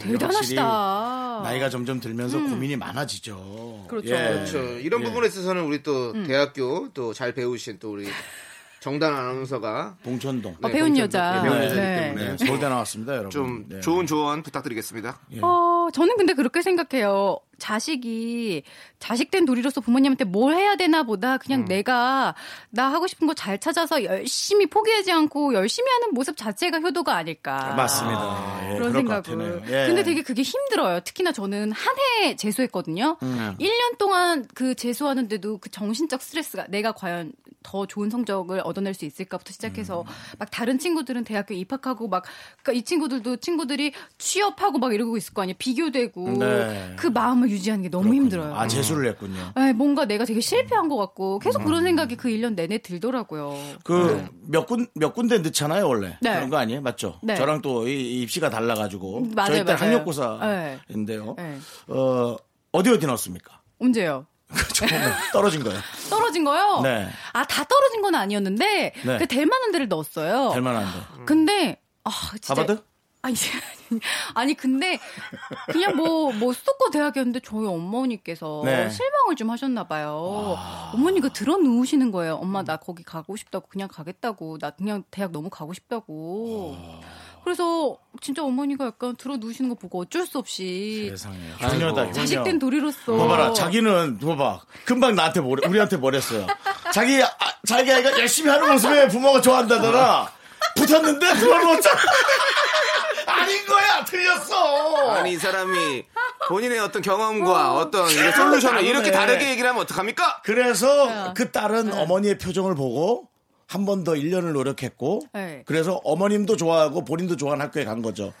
Speaker 9: 대단하시다.
Speaker 3: 음, 나이가 점점 들면서 고민이 많아지죠.
Speaker 9: 음.
Speaker 3: 예.
Speaker 9: 그렇죠.
Speaker 4: 그렇죠. 이런 부분에 있어서는 우리 또 대학교 또 잘 배우신 또 우리 정단 아나운서가
Speaker 3: 봉천동.
Speaker 9: 어, 배운
Speaker 4: 네,
Speaker 9: 여자.
Speaker 4: 배운 여자이기
Speaker 9: 네.
Speaker 4: 때문에
Speaker 3: 네, 서울대 나왔습니다, 여러분.
Speaker 4: 좀
Speaker 3: 네.
Speaker 4: 좋은 조언 부탁드리겠습니다.
Speaker 3: 예.
Speaker 9: 어, 저는 근데 그렇게 생각해요. 자식이 자식된 도리로서 부모님한테 뭘 해야 되나 보다
Speaker 3: 음.
Speaker 9: 그냥 내가 나 하고 싶은 거 잘 찾아서 열심히 포기하지 않고 열심히 하는 모습 자체가 효도가 아닐까.
Speaker 3: 맞습니다. 예,
Speaker 9: 그런
Speaker 3: 그럴 것
Speaker 9: 생각을.
Speaker 3: 같으네요. 예.
Speaker 9: 근데 되게 그게 힘들어요. 특히나 저는 한 해 재수했거든요.
Speaker 3: 음.
Speaker 9: 일 1년 동안 그 재수하는데도 그 정신적 스트레스가 내가 과연 더 좋은 성적을 얻어낼 수 있을까부터
Speaker 3: 음.
Speaker 9: 시작해서 막 다른 친구들은 대학교 입학하고 막, 그니까 이 친구들도 친구들이 취업하고 막 이러고 있을 거 아니에요. 비교되고.
Speaker 3: 네.
Speaker 9: 그 마음을 유지하는 게 너무 힘들어요.
Speaker 3: 아, 음. 재수를 했군요.
Speaker 9: 에, 뭔가 내가 되게 실패한 것 같고 계속 그런 생각이 그 1년 내내 들더라고요.
Speaker 3: 그 몇 군, 몇 군데 늦잖아요, 원래.
Speaker 9: 네.
Speaker 3: 그런 거 아니에요? 맞죠?
Speaker 9: 네.
Speaker 3: 저랑 또 이- 이 입시가 달라가지고.
Speaker 9: 음, 맞아요,
Speaker 3: 저희 때
Speaker 9: 맞아요.
Speaker 3: 학력고사인데요.
Speaker 9: 네.
Speaker 3: 어, 어디 어디 넣었습니까? 그
Speaker 9: 언제요?
Speaker 3: 처음에 떨어진 거예요.
Speaker 9: 떨어진 거요?
Speaker 3: 네.
Speaker 9: 아, 다 떨어진 건 아니었는데,
Speaker 3: 네.
Speaker 9: 그 될만한 데를 넣었어요.
Speaker 3: 될 만한데.
Speaker 9: 근데, 아, 진짜.
Speaker 3: 하버드?
Speaker 9: 아니, 아니, 근데, 그냥 뭐, 뭐, 수도권 대학이었는데, 저희 어머니께서
Speaker 3: 네. 아.
Speaker 9: 실망을 좀 하셨나봐요. 어머니가 들어 누우시는 거예요. 엄마, 나 거기 가고 싶다고, 그냥 가겠다고, 나 그냥 대학 너무 가고 싶다고.
Speaker 3: 어.
Speaker 9: 그래서, 진짜 어머니가 약간 들어 누우시는 거 보고 어쩔 수 아, 없이,
Speaker 3: 세상에. 효녀다, 효녀.
Speaker 9: 자식된 도리로서.
Speaker 3: 뭐
Speaker 4: 어.
Speaker 3: 봐라, 자기는, 뭐 봐. 금방 나한테 뭐래, 우리한테 뭐랬어요. 자기, 아, 자기 아이가 열심히 하는 모습에 부모가
Speaker 4: 어.
Speaker 3: 좋아한다더라. 붙었는데 들어놓잖아. 아닌 거야, 틀렸어.
Speaker 4: 아니, 이 사람이 본인의 어떤
Speaker 9: 음.
Speaker 4: 경험과 어떤 이런 솔루션을
Speaker 3: 다르네.
Speaker 4: 이렇게 다르게 얘기를 하면 어떡합니까? 네.
Speaker 3: 그래서 그 딸은 어머니의 표정을 보고 한 번 더 1년을 노력했고
Speaker 9: 네.
Speaker 3: 그래서 어머님도 좋아하고 본인도 좋아하는 학교에 간 거죠.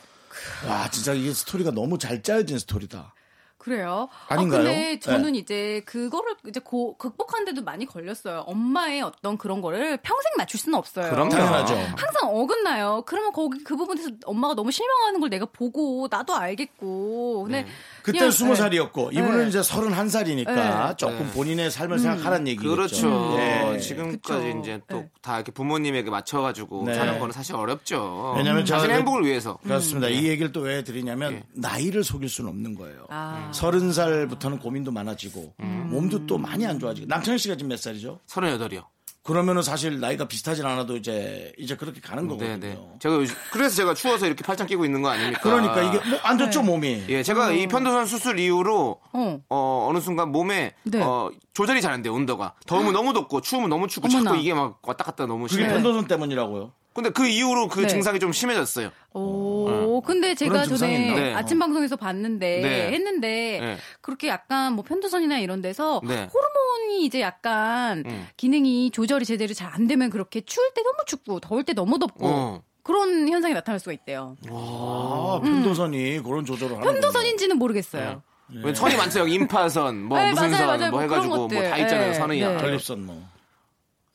Speaker 3: 와 진짜 이게 스토리가 너무 잘 짜여진 스토리다.
Speaker 9: 그래요?
Speaker 3: 아닌가요? 네.
Speaker 9: 아, 근데 저는 이제 그거를 이제 고- 극복하는데도 많이 걸렸어요. 엄마의 어떤 그런 거를 평생 맞출 수는 없어요.
Speaker 4: 그럼요.
Speaker 3: 당연하죠.
Speaker 9: 항상 어긋나요. 그러면 거기 그 부분에서 엄마가 너무 실망하는 걸 내가 보고 나도 알겠고. 근데
Speaker 3: 네. 그때
Speaker 9: 그냥- 예.
Speaker 3: 20살이었고 이분은
Speaker 9: 네.
Speaker 3: 이제 31살이니까
Speaker 9: 네.
Speaker 3: 조금 본인의 삶을 생각하라는
Speaker 9: 음.
Speaker 3: 얘기겠죠.
Speaker 4: 예. 그렇죠.
Speaker 3: 예.
Speaker 4: 지금까지
Speaker 9: 그쵸.
Speaker 4: 이제
Speaker 9: 네.
Speaker 4: 또 다 이렇게 부모님에게 그 맞춰가지고
Speaker 3: 네.
Speaker 4: 사는 거는 사실 어렵죠.
Speaker 3: 왜냐면 그
Speaker 4: 자신의
Speaker 3: 저는-
Speaker 4: 행복을 위해서. 음.
Speaker 3: 그렇습니다. 이 얘기를 또 왜 드리냐면
Speaker 4: 예.
Speaker 3: 나이를 속일 수는 없는 거예요.
Speaker 9: 아.
Speaker 3: 서른 살부터는 고민도 많아지고
Speaker 4: 음.
Speaker 3: 몸도 또 많이 안 좋아지고 남창희 씨가 지금 몇 살이죠?
Speaker 4: 38이요.
Speaker 3: 그러면은 사실 나이가 비슷하진 않아도 이제 이제 그렇게 가는 거거든요.
Speaker 4: 네네. 제가 요즘- 그래서 제가 추워서 이렇게 팔짱 끼고 있는 거 아닙니까?
Speaker 3: 그러니까 이게 뭐안
Speaker 9: 네.
Speaker 3: 좋죠 몸이.
Speaker 4: 예, 제가 이 편도선 수술 이후로
Speaker 9: 어.
Speaker 4: 어, 어느 순간 몸에
Speaker 9: 네.
Speaker 4: 어, 조절이 잘 안 돼요, 온도가. 더우면 너무 덥고 추우면 너무 춥고 자꾸
Speaker 9: 어머나.
Speaker 4: 이게 막 왔다 갔다 너무
Speaker 3: 그게
Speaker 4: 심해요.
Speaker 3: 편도선 때문이라고요.
Speaker 4: 근데 그 이후로 그
Speaker 9: 네.
Speaker 4: 증상이 좀 심해졌어요.
Speaker 9: 오. 어, 근데 제가
Speaker 3: 그런 증상이
Speaker 9: 전에
Speaker 3: 있나?
Speaker 4: 네.
Speaker 9: 아침 방송에서 봤는데
Speaker 4: 네.
Speaker 9: 했는데
Speaker 4: 네.
Speaker 9: 그렇게 약간 뭐 편도선이나 이런 데서
Speaker 4: 네.
Speaker 9: 호르몬이 이제 약간
Speaker 4: 음.
Speaker 9: 기능이 조절이 제대로 잘 안 되면 그렇게 추울 때 너무 춥고 더울 때 너무 덥고
Speaker 4: 어.
Speaker 9: 그런 현상이 나타날 수가 있대요.
Speaker 3: 아, 편도선이 그런 조절을 하는
Speaker 9: 편도선인지는 모르겠어요.
Speaker 3: 네.
Speaker 4: 왜 선이 많죠 여기 임파선 뭐
Speaker 9: 네,
Speaker 4: 무슨
Speaker 9: 맞아요,
Speaker 4: 선
Speaker 9: 맞아요.
Speaker 4: 뭐
Speaker 9: 뭐
Speaker 4: 해가지고
Speaker 9: 그런
Speaker 4: 뭐 다
Speaker 9: 것들.
Speaker 4: 있잖아요
Speaker 9: 네,
Speaker 4: 선이야.
Speaker 9: 네.
Speaker 3: 전립선 뭐.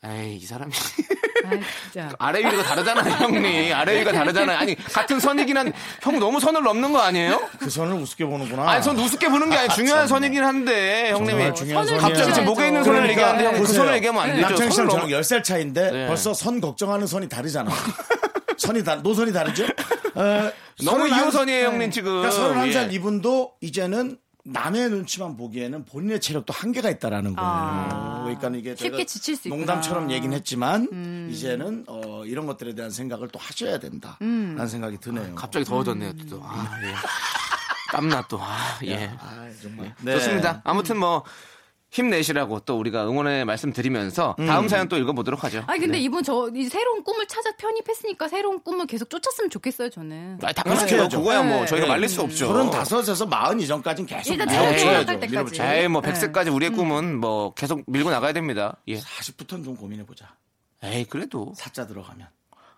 Speaker 4: 에이 이 사람이
Speaker 9: 아이, 진짜.
Speaker 4: 아래 위가 다르잖아요 형님 아래 위가 다르잖아요 아니 같은 선이긴 한 형 너무 선을 넘는 거 아니에요?
Speaker 3: 그 선을 우습게 보는구나.
Speaker 4: 아니 선 우습게 보는 게 아니라 중요한
Speaker 3: 아,
Speaker 4: 선이긴 한데 형님이
Speaker 3: 정말 중요한
Speaker 9: 선을
Speaker 3: 선이야.
Speaker 4: 갑자기 지금 목에 있는 선을
Speaker 9: 그러니까.
Speaker 4: 얘기하는데 형그
Speaker 3: 보세요.
Speaker 4: 선을 얘기하면 안 되죠
Speaker 3: 남창희 씨랑
Speaker 4: 선을
Speaker 3: 저랑
Speaker 4: 넘-
Speaker 3: 10살 차인데
Speaker 4: 네.
Speaker 3: 벌써 선 걱정하는 선이 다르잖아. 선이 다, 노선이 다르죠? 어, 에,
Speaker 4: 너무
Speaker 3: 31
Speaker 4: 이호선이에요 형님 지금
Speaker 3: 그러니까 31살
Speaker 4: 예.
Speaker 3: 이분도 이제는 남의 눈치만 보기에는 본인의 체력도 한계가 있다라는 거예요.
Speaker 9: 아.
Speaker 3: 그러니까 이게
Speaker 9: 쉽게
Speaker 3: 제가
Speaker 9: 지칠 수 있구나. 음.
Speaker 3: 농담처럼 얘긴 했지만 이제는 어, 이런 것들에 대한 생각을 또 하셔야 된다. 라는
Speaker 9: 음.
Speaker 3: 생각이 드네요.
Speaker 4: 갑자기 더워졌네요 또 아, 예. 땀나 또아예
Speaker 3: 아, 정말. 네.
Speaker 4: 네. 좋습니다 아무튼 뭐 힘내시라고 또 우리가 응원의 말씀 드리면서 다음 사연 또 읽어보도록 하죠
Speaker 9: 아니 근데 이분 저이 새로운 꿈을 찾아 편입했으니까 새로운 꿈을 계속 쫓았으면 좋겠어요 저는.
Speaker 4: 아, 당연하죠.
Speaker 3: 그렇게 해야죠.
Speaker 4: 그거야 뭐
Speaker 9: 네.
Speaker 4: 저희가 말릴 수 없죠.
Speaker 3: 35에서 40 이전까지는 계속
Speaker 9: 일단
Speaker 3: 밀어붙여야죠.
Speaker 9: 체력이 회복할
Speaker 4: 밀어붙여야죠.
Speaker 9: 때까지.
Speaker 4: 에이 뭐 100세까지 우리의
Speaker 9: 음.
Speaker 4: 꿈은 뭐 계속 밀고 나가야 됩니다. 예.
Speaker 3: 40부터는 좀 고민해보자.
Speaker 4: 에이 그래도
Speaker 3: 사자 들어가면.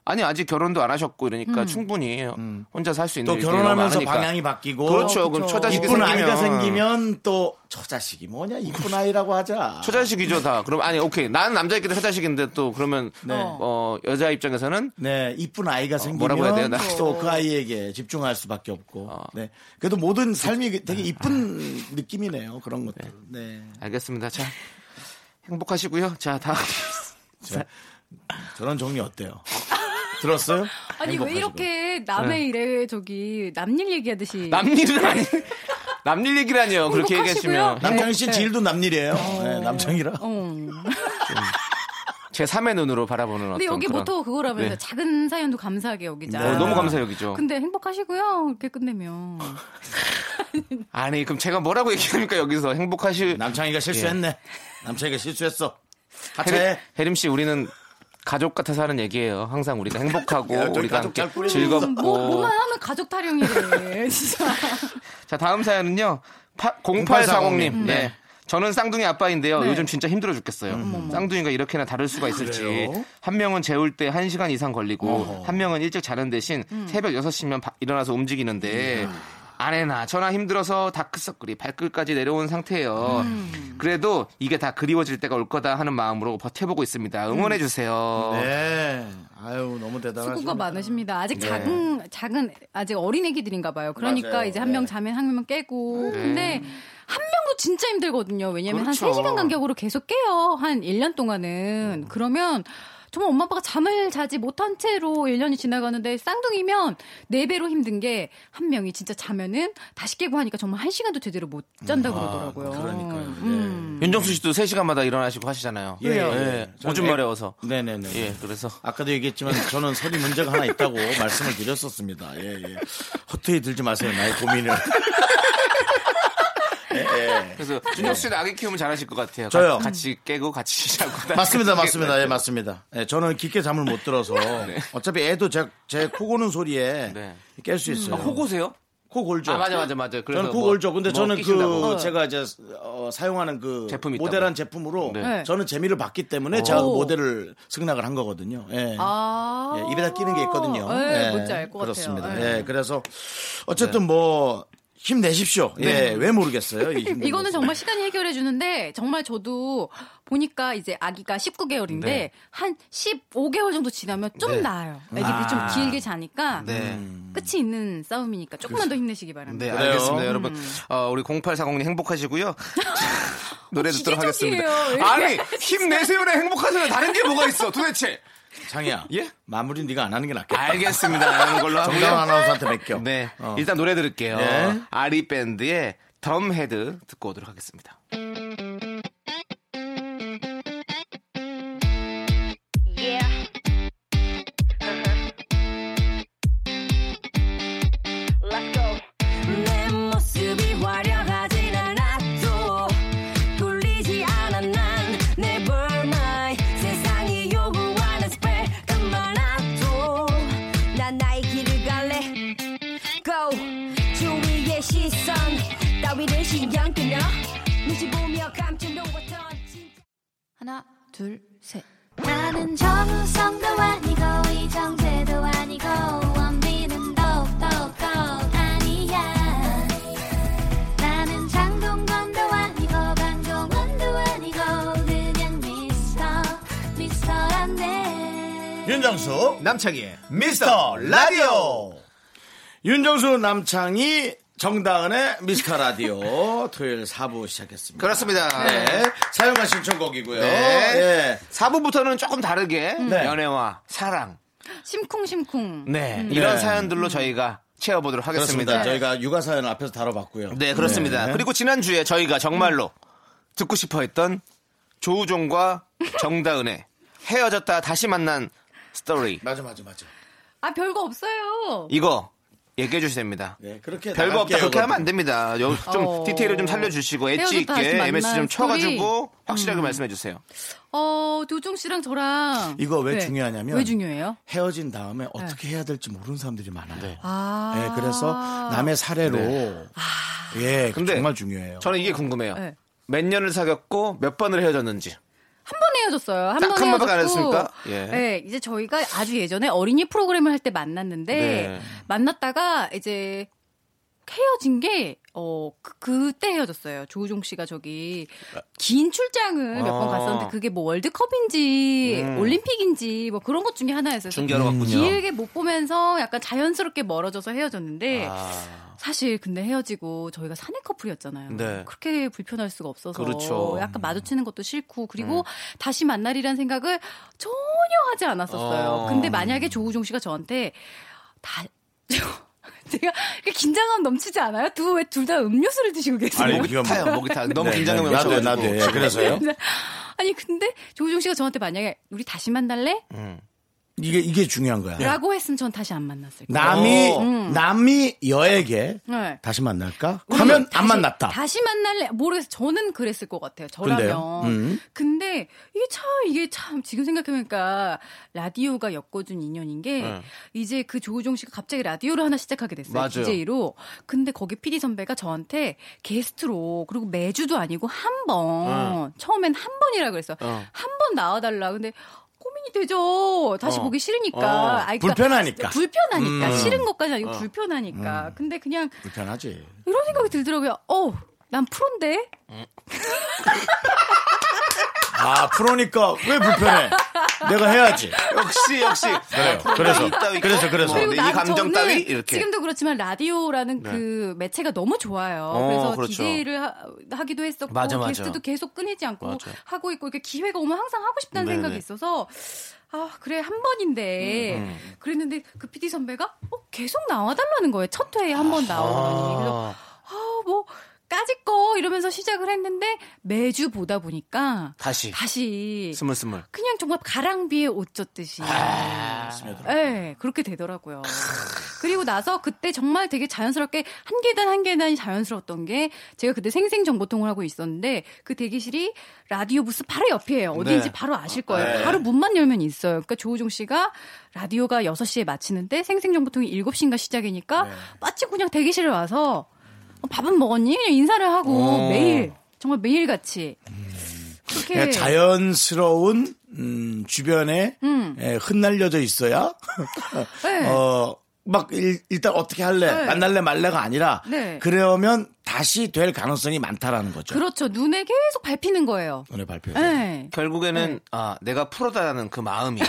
Speaker 4: 아니 아직 결혼도 안 하셨고 이러니까
Speaker 9: 음.
Speaker 4: 충분히 혼자 살 수
Speaker 3: 음.
Speaker 4: 있는
Speaker 3: 또
Speaker 4: 일들이
Speaker 3: 결혼하면서
Speaker 4: 너무 많으니까.
Speaker 3: 방향이 바뀌고.
Speaker 4: 그렇죠. 그럼 처자식이
Speaker 3: 이쁜
Speaker 4: 생기면
Speaker 3: 아이가 생기면 또 처자식이 뭐냐 이쁜 아이라고 하자.
Speaker 4: 처자식이죠 다. 그럼 아니 오케이 나는 남자이기도 처자식인데 또 그러면
Speaker 3: 네.
Speaker 4: 어 여자 입장에서는
Speaker 3: 네, 이쁜 아이가 생기면
Speaker 4: 뭐라고 해야 돼요, 나?
Speaker 3: 또 그 아이에게 집중할 수밖에 없고.
Speaker 4: 어.
Speaker 3: 네, 그래도 모든 삶이 되게 이쁜 느낌이네요. 그런 것들. 네,
Speaker 4: 알겠습니다. 자 행복하시고요. 자 다음
Speaker 3: 저런 정리 어때요? 들었어요?
Speaker 9: 아니 왜
Speaker 3: 행복하시고.
Speaker 9: 이렇게 남의 일에 저기 남일 얘기하듯이
Speaker 4: 남일은 아니 남일 얘기라니요. 그렇게
Speaker 9: 행복하시고요.
Speaker 4: 얘기하시면
Speaker 3: 남창희 씨 지일도 남일이에요. 네, 남창이라.
Speaker 9: 어.
Speaker 4: 제 3의 눈으로 바라보는 어떤
Speaker 9: 근데 여기
Speaker 4: 그런-
Speaker 9: 뭐 모토 그거라면서
Speaker 4: 네.
Speaker 9: 작은 사연도 감사하게 여기자.
Speaker 4: 어, 너무 감사 여기죠.
Speaker 9: 근데 행복하시고요. 이렇게 끝내면.
Speaker 4: 아니 그럼 제가 뭐라고 얘기합니까 여기서 행복하실
Speaker 3: 남창이가 실수했네. 남창이가 실수했어. 하체.
Speaker 4: 혜림, 혜림 씨 우리는 가족 같아서 하는 얘기예요. 항상 우리가 행복하고
Speaker 3: 야, 저기
Speaker 4: 우리가
Speaker 3: 가족
Speaker 4: 함께
Speaker 3: 잘 꾸리네.
Speaker 4: 즐겁고
Speaker 9: 뭐, 뭐만 하면 가족 타령이래. 진짜.
Speaker 4: 자 다음 사연은요. 0840님.
Speaker 3: 음.
Speaker 4: 네. 저는 쌍둥이 아빠인데요.
Speaker 9: 네.
Speaker 4: 요즘 진짜 힘들어 죽겠어요. 음. 쌍둥이가 이렇게나 다를 수가 있을지.
Speaker 3: 아, 그래요?
Speaker 4: 한 명은 재울 때 1시간 이상 걸리고 한 명은 일찍 자는 대신
Speaker 9: 음.
Speaker 4: 새벽 6시면 일어나서 움직이는데
Speaker 3: 음.
Speaker 4: 아내나 저나 힘들어서 다크서클이 발끝까지 내려온 상태예요.
Speaker 9: 음.
Speaker 4: 그래도 이게 다 그리워질 때가 올 거다 하는 마음으로 버텨보고 있습니다. 응원해 주세요.
Speaker 3: 네. 아유 너무 대단하시네.
Speaker 9: 수고가 많으십니다. 아직 작은 작은 아직 어린 애기들인가 봐요. 그러니까
Speaker 3: 맞아요.
Speaker 9: 이제 한 명
Speaker 3: 네.
Speaker 9: 자면 한 명 깨고. 근데 한 명도 진짜 힘들거든요. 왜냐면
Speaker 4: 그렇죠.
Speaker 9: 한 3시간 간격으로 계속 깨요. 한 1년 동안은.
Speaker 3: 음.
Speaker 9: 그러면 정말 엄마 아빠가 잠을 자지 못한 채로 1년이 지나가는데 쌍둥이면 4배로 힘든 게 한 명이 진짜 자면은 다시 깨고 하니까 정말 한시간도 제대로 못 잔다 그러더라고요.
Speaker 3: 음. 아,
Speaker 9: 음.
Speaker 3: 그러니까요. 네.
Speaker 4: 음. 윤정수 씨도 3시간마다 일어나시고 하시잖아요.
Speaker 3: 예, 예. 저는
Speaker 4: 오줌
Speaker 3: 애-
Speaker 4: 마려워서.
Speaker 3: 네네네.
Speaker 4: 예, 그래서.
Speaker 3: 아까도 얘기했지만 저는 선이 문제가 하나 있다고 말씀을 드렸었습니다. 예, 예. 허투이 들지 마세요. 나의 고민을.
Speaker 4: 그래서 윤정수 씨는 아기 키우면 잘하실 것 같아요.
Speaker 3: 저요?
Speaker 4: 가- 같이 깨고 같이 자고.
Speaker 3: 맞습니다. 맞습니다. 예, 맞습니다. 예, 저는 깊게 잠을 못 들어서 어차피 애도 제, 제 코고는 소리에
Speaker 4: 네.
Speaker 3: 깰 수 있어요.
Speaker 4: 아, 호고세요?
Speaker 3: 코 골죠.
Speaker 4: 아, 맞아, 맞아, 맞아. 그래서
Speaker 3: 저는
Speaker 4: 뭐-
Speaker 3: 코골죠. 근데
Speaker 4: 뭐
Speaker 3: 저는
Speaker 4: 끼신다고.
Speaker 3: 그 제가 이제 어, 사용하는 그
Speaker 4: 제품이
Speaker 3: 모델한 제품으로
Speaker 4: 네.
Speaker 3: 저는 재미를 봤기 때문에 제가 그
Speaker 9: 오.
Speaker 3: 모델을 승낙을 한 거거든요. 예.
Speaker 9: 아.
Speaker 3: 예, 입에다 끼는 게 있거든요.
Speaker 9: 네,
Speaker 3: 예,
Speaker 9: 뭔지 알 것 같아요.
Speaker 3: 그렇습니다.
Speaker 9: 예.
Speaker 3: 예, 그래서 어쨌든 뭐 힘내십시오. 예, 왜 모르겠어요. 이 힘든
Speaker 9: 네. 이거는
Speaker 3: 것을.
Speaker 9: 정말 시간이 해결해 주는데 정말 저도 보니까 이제 아기가 19개월인데
Speaker 4: 네.
Speaker 9: 한 15개월 정도 지나면 좀
Speaker 4: 네.
Speaker 9: 나아요.
Speaker 3: 음.
Speaker 9: 애기들이 좀 길게 자니까
Speaker 4: 네.
Speaker 9: 끝이 있는 싸움이니까 조금만 더
Speaker 3: 그렇죠.
Speaker 9: 힘내시기 바랍니다.
Speaker 4: 네,
Speaker 3: 그래요.
Speaker 4: 알겠습니다, 여러분. 어, 우리 0840님 행복하시고요. 노래 듣도록 하겠습니다.
Speaker 9: 기계적이에요. 왜 이렇게
Speaker 4: 아니, 힘내세요나 행복하세요나 다른 게 뭐가 있어, 도대체?
Speaker 3: 장이야.
Speaker 4: 예?
Speaker 3: 마무리 네가 안 하는 게 낫겠다.
Speaker 4: 알겠습니다. 하는 걸로
Speaker 9: 예?
Speaker 3: 정다운
Speaker 4: 하고요.
Speaker 3: 아나운서한테 맡겨.
Speaker 4: 네.
Speaker 3: 어.
Speaker 4: 일단 노래 들을게요.
Speaker 3: 네.
Speaker 4: 아리 밴드의 덤헤드 듣고 오도록 하겠습니다.
Speaker 7: 내 모습이 화려하진 않아도 꿀리지 않아 난 never mind 세상이 요구하는 스펙 그만아도 난 나의 길을 갈래
Speaker 6: 오늘의 심장 끌려 눈치 보며 깜짝 놀랐던 진짜
Speaker 9: 하나, 둘, 셋.
Speaker 6: 나는 정우성도 아니고 이정재도 아니고 원빈은 더욱더 아니야 나는 장동건도 아니고 강동원도 아니고 그냥 미스터 미스터란데
Speaker 3: 윤정수
Speaker 4: 남창희의
Speaker 3: 미스터 라디오 윤정수 남창이 정다은의 미스터 라디오 토요일 4부 시작했습니다.
Speaker 4: 그렇습니다.
Speaker 3: 네. 사용하 신청곡이고요.
Speaker 4: 네.
Speaker 3: 네.
Speaker 4: 사 4부부터는 조금 다르게
Speaker 3: 네.
Speaker 4: 연애와 사랑
Speaker 9: 심쿵심쿵.
Speaker 4: 네. 이런
Speaker 3: 네.
Speaker 4: 사연들로 저희가 채워보도록
Speaker 3: 그렇습니다.
Speaker 4: 하겠습니다.
Speaker 3: 저희가 육아 사연 앞에서 다뤄봤고요.
Speaker 4: 네, 그렇습니다.
Speaker 3: 네.
Speaker 4: 그리고 지난주에 저희가 정말로 듣고 싶어 했던 조우종과 정다은의 헤어졌다 다시 만난 스토리.
Speaker 3: 맞아 맞아 맞아.
Speaker 9: 아, 별거 없어요.
Speaker 4: 이거 얘기해 주셔야 됩니다.
Speaker 3: 네, 그렇게
Speaker 4: 별거 없다.
Speaker 3: 나갈게요,
Speaker 4: 그렇게
Speaker 3: 그럼.
Speaker 4: 하면 안 됩니다. 여- 좀
Speaker 9: 어.
Speaker 4: 디테일을 좀 살려주시고 엣지
Speaker 9: 헤어졌다 다시
Speaker 4: 있게
Speaker 9: 만난
Speaker 4: MS 좀 쳐가지고
Speaker 9: 스토리. 음.
Speaker 4: 확실하게 말씀해 주세요.
Speaker 9: 어, 도종 씨랑 저랑.
Speaker 3: 이거 왜
Speaker 9: 네.
Speaker 3: 중요하냐면
Speaker 9: 왜 중요해요?
Speaker 3: 헤어진 다음에 어떻게 해야 될지 모르는 사람들이 많아요. 네.
Speaker 9: 네. 아.
Speaker 3: 그래서 남의 사례로 예,
Speaker 4: 네. 근데
Speaker 3: 정말 중요해요.
Speaker 4: 저는 이게 궁금해요.
Speaker 9: 네.
Speaker 4: 몇 년을 사귀었고 몇 번을 헤어졌는지.
Speaker 9: 한 번 헤어졌어요. 한
Speaker 4: 딱한
Speaker 9: 번 헤어졌고.
Speaker 4: 번밖에 안 했습니까? 예.
Speaker 9: 네, 이제 저희가 아주 예전에 어린이 프로그램을 할 때 만났는데
Speaker 4: 네.
Speaker 9: 만났다가 이제 헤어진 게 어, 그, 때 헤어졌어요. 조우종 씨가 저기 긴 출장을 몇 번
Speaker 4: 아. 음.
Speaker 9: 갔었는데 그게 뭐 월드컵인지 올림픽인지 뭐 그런 것 중에 하나였어요.
Speaker 4: 중계하러 갔군요.
Speaker 9: 길게 못 보면서 약간 자연스럽게 멀어져서 헤어졌는데
Speaker 4: 아,
Speaker 9: 사실 근데 헤어지고 저희가 사내 커플이었잖아요.
Speaker 4: 네.
Speaker 9: 그렇게 불편할 수가 없어서
Speaker 4: 그렇죠.
Speaker 9: 약간 마주치는 것도 싫고 그리고 다시 만날이란 생각을 전혀 하지 않았었어요.
Speaker 4: 어.
Speaker 9: 근데 만약에 조우종 씨가 저한테 다 제가 이렇게 긴장감 넘치지 않아요? 두 왜 둘 다 음료수를 드시고 계세요?
Speaker 3: 아니,
Speaker 4: 목이
Speaker 3: 이건
Speaker 4: 타요. 목이 타. 너무
Speaker 3: 네,
Speaker 4: 긴장감이
Speaker 3: 네, 나도
Speaker 4: 넘쳐가지고.
Speaker 3: 나도 예, 그래서요.
Speaker 9: 아니 근데 조우종 씨가 저한테 만약에 우리 다시 만날래?
Speaker 3: 이게 이게 중요한 거야.
Speaker 9: 라고 했으면 전 다시 안 만났을 거예요.
Speaker 3: 남이
Speaker 4: 음.
Speaker 3: 남이 여에게
Speaker 9: 네.
Speaker 3: 다시 만날까? 하면 안
Speaker 9: 다시-
Speaker 3: 만났다.
Speaker 9: 다시 만날래? 모르겠어. 저는 그랬을 것 같아요.
Speaker 3: 근데요?
Speaker 9: 저라면.
Speaker 3: 음.
Speaker 9: 근데 이게 참 이게 참 지금 생각해보니까 라디오가 엮어준 인연인 게
Speaker 3: 네.
Speaker 9: 이제 그 조우종 씨가 갑자기 라디오를 하나 시작하게 됐어요.
Speaker 4: 맞아요.
Speaker 9: DJ로. 근데 거기 PD 선배가 저한테 게스트로 그리고 매주도 아니고 한
Speaker 3: 네.
Speaker 9: 번. 처음엔 한 번이라 그랬어.
Speaker 4: 어.
Speaker 9: 한 번 나와달라. 근데 고민이 되죠. 다시
Speaker 4: 어.
Speaker 9: 보기 싫으니까.
Speaker 4: 어.
Speaker 9: 아니, 그러니까
Speaker 3: 불편하니까. 음. 어.
Speaker 9: 불편하니까. 싫은 것까지 아니고 불편하니까. 근데 그냥
Speaker 3: 불편하지.
Speaker 9: 이런 생각이 들더라고요. 어, 난 프로인데?
Speaker 3: 아 프로니까 왜 불편해? 내가 해야지.
Speaker 9: 아,
Speaker 4: 역시 역시.
Speaker 3: 그래요. 그래서 그래서 그래서
Speaker 4: 뭐, 이
Speaker 9: 난
Speaker 4: 감정
Speaker 9: 저는
Speaker 4: 따위 이렇게. 네.
Speaker 9: 지금도 그렇지만 라디오라는 그 매체가 너무 좋아요.
Speaker 4: 어,
Speaker 9: 그래서
Speaker 4: 그렇죠.
Speaker 9: DJ를 하, 기도 했었고
Speaker 4: 맞아, 맞아.
Speaker 9: 게스트도 계속 끊이지 않고
Speaker 4: 맞아.
Speaker 9: 하고 있고 이렇게 기회가 오면 항상 하고 싶다는
Speaker 4: 네네.
Speaker 9: 생각이 있어서 아 그래 한
Speaker 4: 음,
Speaker 9: 번인데 그랬는데 그 PD 선배가 어, 계속 나와달라는 거예요. 첫 회에 한 번 나오더니 그래서
Speaker 4: 아,
Speaker 9: 아뭐 까짓 거 이러면서 시작을 했는데 매주 보다 보니까
Speaker 4: 다시
Speaker 9: 다시
Speaker 4: 스물스물.
Speaker 9: 그냥 정말 가랑비에 옷 젖듯이.
Speaker 4: 아,
Speaker 9: 네, 그렇게 되더라고요. 그리고 나서 그때 정말 되게 자연스럽게 한 계단 한 계단이 자연스러웠던 게 제가 그때 생생정보통을 하고 있었는데 그 대기실이 라디오 부스 바로 옆이에요. 어딘지
Speaker 4: 네.
Speaker 9: 바로 아실 거예요. 바로 문만 열면 있어요. 그러니까 조우종 씨가 라디오가 6시에 마치는데 생생정보통이 7시인가 시작이니까
Speaker 4: 네.
Speaker 9: 마치 그냥 대기실에 와서 어, 밥은 먹었니? 그냥 인사를 하고
Speaker 4: 어. 음.
Speaker 9: 매일 정말 매일같이 그렇게
Speaker 3: 그냥 자연스러운 그러니까 음, 주변에 예, 흩날려져 있어야
Speaker 9: 네.
Speaker 3: 어. 막 일, 단 어떻게 할래
Speaker 9: 네.
Speaker 3: 만날래 말래가 아니라
Speaker 9: 네.
Speaker 3: 그러면 다시 될 가능성이 많다라는 거죠.
Speaker 9: 그렇죠. 눈에 계속 밟히는 거예요.
Speaker 3: 오늘 발표.
Speaker 9: 네.
Speaker 4: 결국에는 아 내가 프로다라는 그 마음이.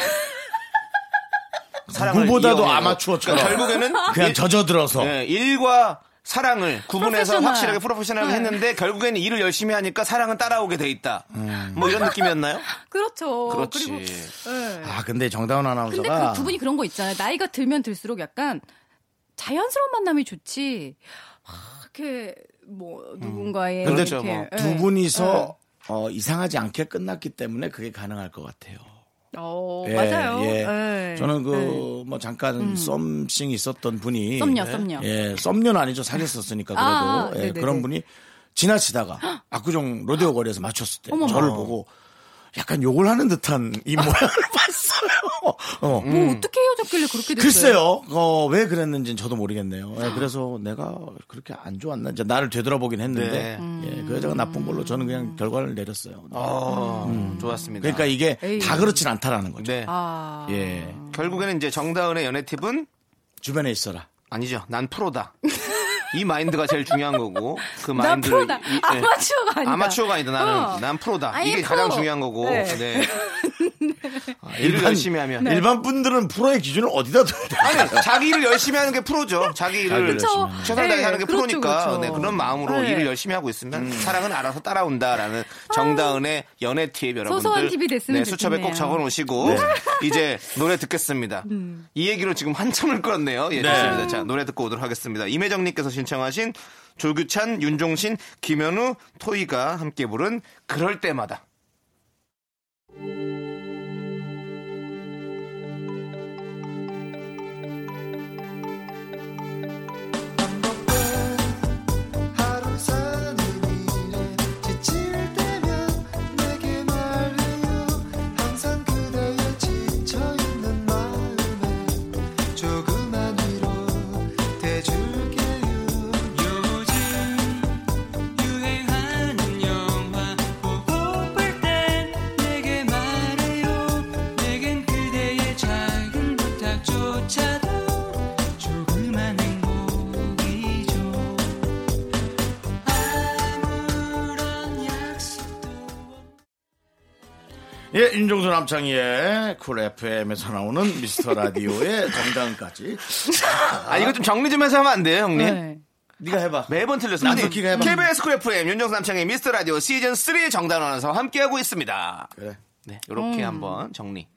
Speaker 3: 누구보다도
Speaker 4: 이용해요.
Speaker 3: 아마추어처럼.
Speaker 4: 그러니까 결국에는
Speaker 3: 그냥 젖어들어서
Speaker 4: 예, 일과 사랑을 구분해서
Speaker 9: 프로페셔널.
Speaker 4: 확실하게 프로페셔널하게
Speaker 9: 네.
Speaker 4: 했는데 결국에는 일을 열심히 하니까 사랑은 따라오게 돼 있다.
Speaker 3: 음.
Speaker 4: 뭐 이런 느낌이었나요?
Speaker 9: 그렇죠.
Speaker 4: 그렇지.
Speaker 9: 리고 네.
Speaker 3: 아 근데 정다운
Speaker 9: 근데
Speaker 3: 아나운서가
Speaker 9: 그, 두 분이 그런 거 있잖아요. 나이가 들면 들수록 약간 자연스러운 만남이 좋지. 막 이렇게 뭐 누군가의
Speaker 4: 근데
Speaker 9: 이렇게,
Speaker 4: 뭐
Speaker 3: 두
Speaker 9: 네.
Speaker 3: 분이서 어, 이상하지 않게 끝났기 때문에 그게 가능할 것 같아요.
Speaker 9: 어,
Speaker 3: 예,
Speaker 9: 맞아요.
Speaker 3: 예.
Speaker 9: 네.
Speaker 3: 저는 그 뭐 잠깐 썸씽 있었던 분이
Speaker 9: 썸녀, 썸녀.
Speaker 3: 예, 썸녀는 아니죠. 사귀었으니까
Speaker 9: 아,
Speaker 3: 그래도
Speaker 9: 아,
Speaker 3: 예,
Speaker 9: 네네네.
Speaker 3: 그런 분이 지나치다가 압구정 로데오 거리에서 맞췄을 때
Speaker 9: 어머머.
Speaker 3: 저를 보고 약간 욕을 하는 듯한 이 모양을 봤어요. 어.
Speaker 4: 음.
Speaker 9: 뭐 어떻게 헤어졌길래 그렇게 됐어요?
Speaker 3: 글쎄요, 어, 왜 그랬는지는 저도 모르겠네요. 예, 그래서 내가 그렇게 안 좋았나. 이제 나를 되돌아보긴
Speaker 4: 네.
Speaker 3: 했는데,
Speaker 9: 음.
Speaker 3: 예, 그 여자가 나쁜 걸로 저는 그냥 결과를 내렸어요.
Speaker 4: 어, 좋았습니다.
Speaker 3: 그러니까 이게
Speaker 9: 에이.
Speaker 3: 다 그렇진 않다라는 거죠.
Speaker 4: 네.
Speaker 9: 아.
Speaker 3: 예.
Speaker 4: 결국에는 이제 정다은의 연애 팁은
Speaker 3: 주변에 있어라.
Speaker 4: 아니죠. 난 프로다. 이 마인드가 제일 중요한 거고 그
Speaker 9: 나
Speaker 4: 마인드를
Speaker 9: 프로다.
Speaker 4: 이- 예.
Speaker 9: 아마추어가 아니다.
Speaker 4: 아마추어가 아니다. 나는
Speaker 9: 어.
Speaker 4: 난 프로다.
Speaker 9: 아니,
Speaker 4: 이게
Speaker 9: 프로.
Speaker 4: 가장 중요한 거고.
Speaker 9: 네.
Speaker 4: 네. 아, 일을 열심히 하면
Speaker 3: 일반 분들은 프로의 기준을 어디다 둬야 돼요?
Speaker 4: 아니, 자기 일을 열심히 하는 게 프로죠. 자기 일을
Speaker 3: 그쵸.
Speaker 4: 최선을 다해
Speaker 9: 네,
Speaker 4: 하는 게
Speaker 9: 그렇죠,
Speaker 4: 프로니까
Speaker 9: 그렇죠.
Speaker 4: 네, 그런 마음으로
Speaker 9: 네.
Speaker 4: 일을 열심히 하고 있으면 사랑은 알아서 따라온다라는 정다은의 연애 팁 여러분들
Speaker 9: 소소한 팁이 됐으면
Speaker 4: 네, 수첩에
Speaker 9: 좋겠네요.
Speaker 4: 꼭 적어놓으시고 이제 노래 듣겠습니다.
Speaker 9: 음.
Speaker 4: 이 얘기로 지금 한참을 끌었네요. 예, 좋습니다. 자 노래 듣고 오도록 하겠습니다. 임혜정님께서 신청하신 조규찬, 윤종신, 김현우, 토이가 함께 부른 그럴 때마다.
Speaker 11: 하루 사는 일에 지칠 때면 내게 말해요 항상 그대의 지쳐있는 마음에 조그만 위로 대줄게요 요즘 유행하는 영화 보고 볼땐 내게 말해요 내겐 그대의 작은 부탁조차도 조그만 행복이죠 아무런 약속도
Speaker 3: 예, 윤종수 남창희의 쿨 FM에서 나오는 미스터 라디오의 정당까지.
Speaker 4: 아 이거 좀 정리 좀 해서 하면 안 돼요, 형님?
Speaker 9: 네.
Speaker 3: 네가 해봐.
Speaker 4: 매번 틀렸습니다.
Speaker 3: 나도 기가 해봐.
Speaker 4: KBS 쿨 FM 윤정수 남창의 미스터 라디오 시즌 3 정단 아나운서 함께하고 있습니다.
Speaker 3: 그래.
Speaker 4: 네, 이렇게
Speaker 9: 음.
Speaker 4: 한번 정리.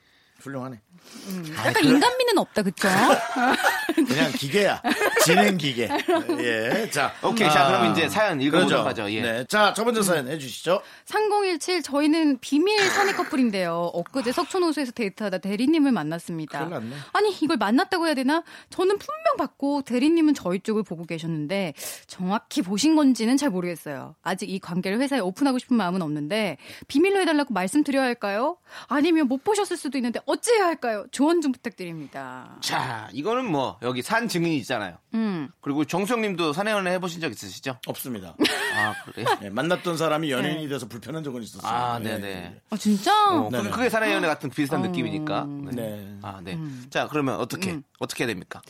Speaker 3: 훌륭하네.
Speaker 4: 아,
Speaker 9: 약간 인간미는 없다, 그쵸?
Speaker 3: 그냥 기계야. 진행 기계. 예. 자.
Speaker 4: 오케이, 자, 그럼 이제 사연 읽어보도록 하죠. 예.
Speaker 3: 네. 자, 첫 번째 사연 해주시죠.
Speaker 9: 3017 저희는 비밀 사내 커플인데요. 엊그제 석촌호수에서 데이트하다 대리님을 만났습니다.
Speaker 3: 큰일 났네.
Speaker 9: 아니 이걸 만났다고 해야 되나? 저는 분명 봤고 대리님은 저희 쪽을 보고 계셨는데 정확히 보신 건지는 잘 모르겠어요. 아직 이 관계를 회사에 오픈하고 싶은 마음은 없는데 비밀로 해달라고 말씀드려야 할까요? 아니면 못 보셨을 수도 있는데 어찌해야 할까요? 조언 좀 부탁드립니다.
Speaker 4: 자, 이거는 뭐, 여기 산 증인이 있잖아요.
Speaker 9: 음.
Speaker 4: 그리고 정수영 님도 사내연애 해보신 적 있으시죠?
Speaker 3: 없습니다.
Speaker 4: 아, 그래요?
Speaker 3: 예, 만났던 사람이 연예인이 돼서 불편한 적은 있었어요.
Speaker 4: 아,
Speaker 3: 예,
Speaker 4: 네네.
Speaker 9: 아 진짜?
Speaker 4: 어,
Speaker 3: 음. 네네.
Speaker 4: 그게, 그게 사내연애 같은 비슷한
Speaker 9: 음.
Speaker 4: 느낌이니까. 네.
Speaker 3: 네.
Speaker 4: 아, 네. 자, 그러면 어떻게, 어떻게 해야 됩니까?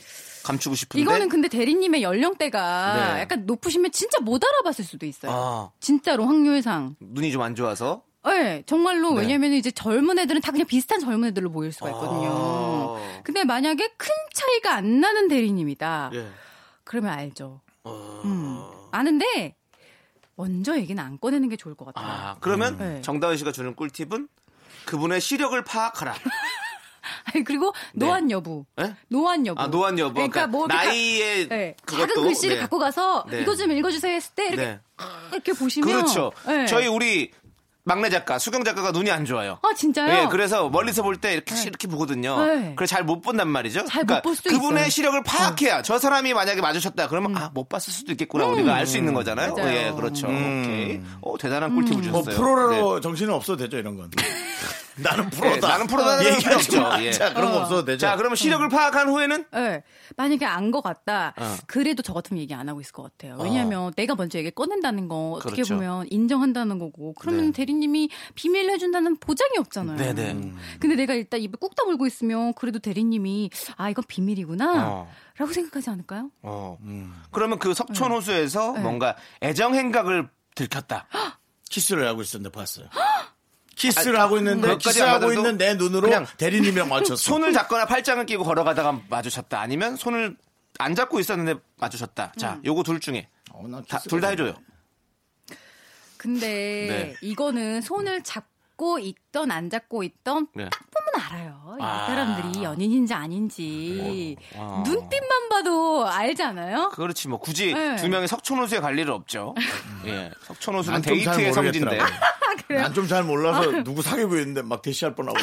Speaker 4: 감추고 싶은데.
Speaker 9: 이거는 그 근데 대리님의 연령대가
Speaker 4: 네.
Speaker 9: 약간 높으시면 진짜 못 알아봤을 수도 있어요.
Speaker 4: 아,
Speaker 9: 진짜로 확률상.
Speaker 4: 눈이 좀 안 좋아서.
Speaker 9: 네, 정말로
Speaker 4: 네.
Speaker 9: 왜냐면 이제 젊은 애들은 다 그냥 비슷한 젊은 애들로 보일 수가 있거든요.
Speaker 4: 아.
Speaker 9: 근데 만약에 큰 차이가 안 나는 대리님이다.
Speaker 4: 예. 아.
Speaker 9: 그러면 알죠. 음. 아는데 먼저 얘기는 안 꺼내는 게 좋을 것 같아요.
Speaker 4: 아, 그러면
Speaker 9: 네.
Speaker 4: 정다은 씨가 주는 꿀팁은 그분의 시력을 파악하라.
Speaker 9: 아니, 그리고 노안 여부.
Speaker 4: 예?
Speaker 9: 노안 여부.
Speaker 4: 아, 노안 여부. 그러니까,
Speaker 9: 그러니까, 뭐 이렇게
Speaker 4: 나이에
Speaker 9: 가- 네,
Speaker 4: 그것도
Speaker 9: 작은 글씨를
Speaker 4: 네.
Speaker 9: 갖고 가서
Speaker 4: 네.
Speaker 9: 이거 좀 읽어주세요 했을 때 이렇게,
Speaker 4: 네.
Speaker 9: 이렇게 보시면
Speaker 4: 그렇죠.
Speaker 9: 네.
Speaker 4: 저희 우리 막내 작가 수경 작가가 눈이 안 좋아요.
Speaker 9: 아 진짜요?
Speaker 4: 예, 그래서 멀리서 볼 때 이렇게 이렇게 보거든요.
Speaker 9: 네.
Speaker 4: 그래서 잘 못 본단 말이죠. 그러니까
Speaker 9: 잘못 볼 수도
Speaker 4: 그분의
Speaker 9: 있어요. 음.
Speaker 4: 시력을 파악해야 저 사람이 만약에 마주쳤다 그러면 아 못 봤을 수도 있겠구나 우리가 알 수 있는 거잖아요.
Speaker 9: 맞아요. 음.
Speaker 4: 예, 그렇죠. 오케이. 어 대단한 꿀팁을
Speaker 3: 뭐
Speaker 4: 주셨어요.
Speaker 3: 프로라로 정신은 없어도 되죠 이런 건. 나는
Speaker 4: 예,
Speaker 3: 프로다.
Speaker 4: 나는 프로다는
Speaker 3: 얘기하지
Speaker 4: 없죠.
Speaker 3: 마.
Speaker 4: 예.
Speaker 3: 자, 그런 거 없어도 되죠.
Speaker 4: 자, 그러면
Speaker 9: 음.
Speaker 4: 시력을 파악한 후에는
Speaker 9: 예. 만약에 안 것 같다.
Speaker 4: 어.
Speaker 9: 그래도 저 같으면 얘기 안 하고 있을 것 같아요. 왜냐하면 내가 먼저 얘기 꺼낸다는 거 어떻게
Speaker 4: 그렇죠. 네.
Speaker 9: 보면 인정한다는 거고 그러면 대리님이 비밀로 해준다는 보장이 없잖아요. 음.
Speaker 4: 네네.
Speaker 9: 근데 내가 일단 입을 꾹 다물고 있으면 그래도 대리님이 아 이건 비밀이구나
Speaker 4: 어.
Speaker 9: 라고 생각하지 않을까요?
Speaker 4: 어.
Speaker 3: 음.
Speaker 4: 그러면 그 석촌 호수에서
Speaker 9: 네.
Speaker 4: 뭔가 애정 행각을 들켰다.
Speaker 3: 키스를 하고 있었는데 봤어요. 키스를 하고 있는데
Speaker 4: 그것까지
Speaker 3: 키스하고
Speaker 4: 안
Speaker 3: 있는 내 눈으로
Speaker 4: 그냥
Speaker 3: 대리님이랑 맞췄어.
Speaker 4: 손을 잡거나 팔짱을 끼고 걸어가다가 마주쳤다. 아니면 손을 안 잡고 있었는데 마주쳤다. 자,
Speaker 9: 음.
Speaker 4: 요거 둘 중에
Speaker 3: 어, 나 키스가
Speaker 4: 둘 다 해줘요. 네.
Speaker 9: 근데 이거는 손을 잡고 있던 안 잡고 있던
Speaker 4: 네.
Speaker 9: 딱 보면 알아요. 이
Speaker 4: 아.
Speaker 9: 사람들이 연인인지 아닌지
Speaker 4: 어.
Speaker 9: 눈빛만 봐도 알잖아요.
Speaker 4: 그렇지 뭐 굳이
Speaker 9: 네.
Speaker 4: 두 명이 석촌호수에 갈 일은 없죠. 예, 석촌호수는
Speaker 3: 난좀잘
Speaker 4: 데이트의 아, 성지인데.
Speaker 9: 그래요?
Speaker 3: 난 좀 잘 몰라서 누구 사귀고 있는데 막 대시할 뻔하고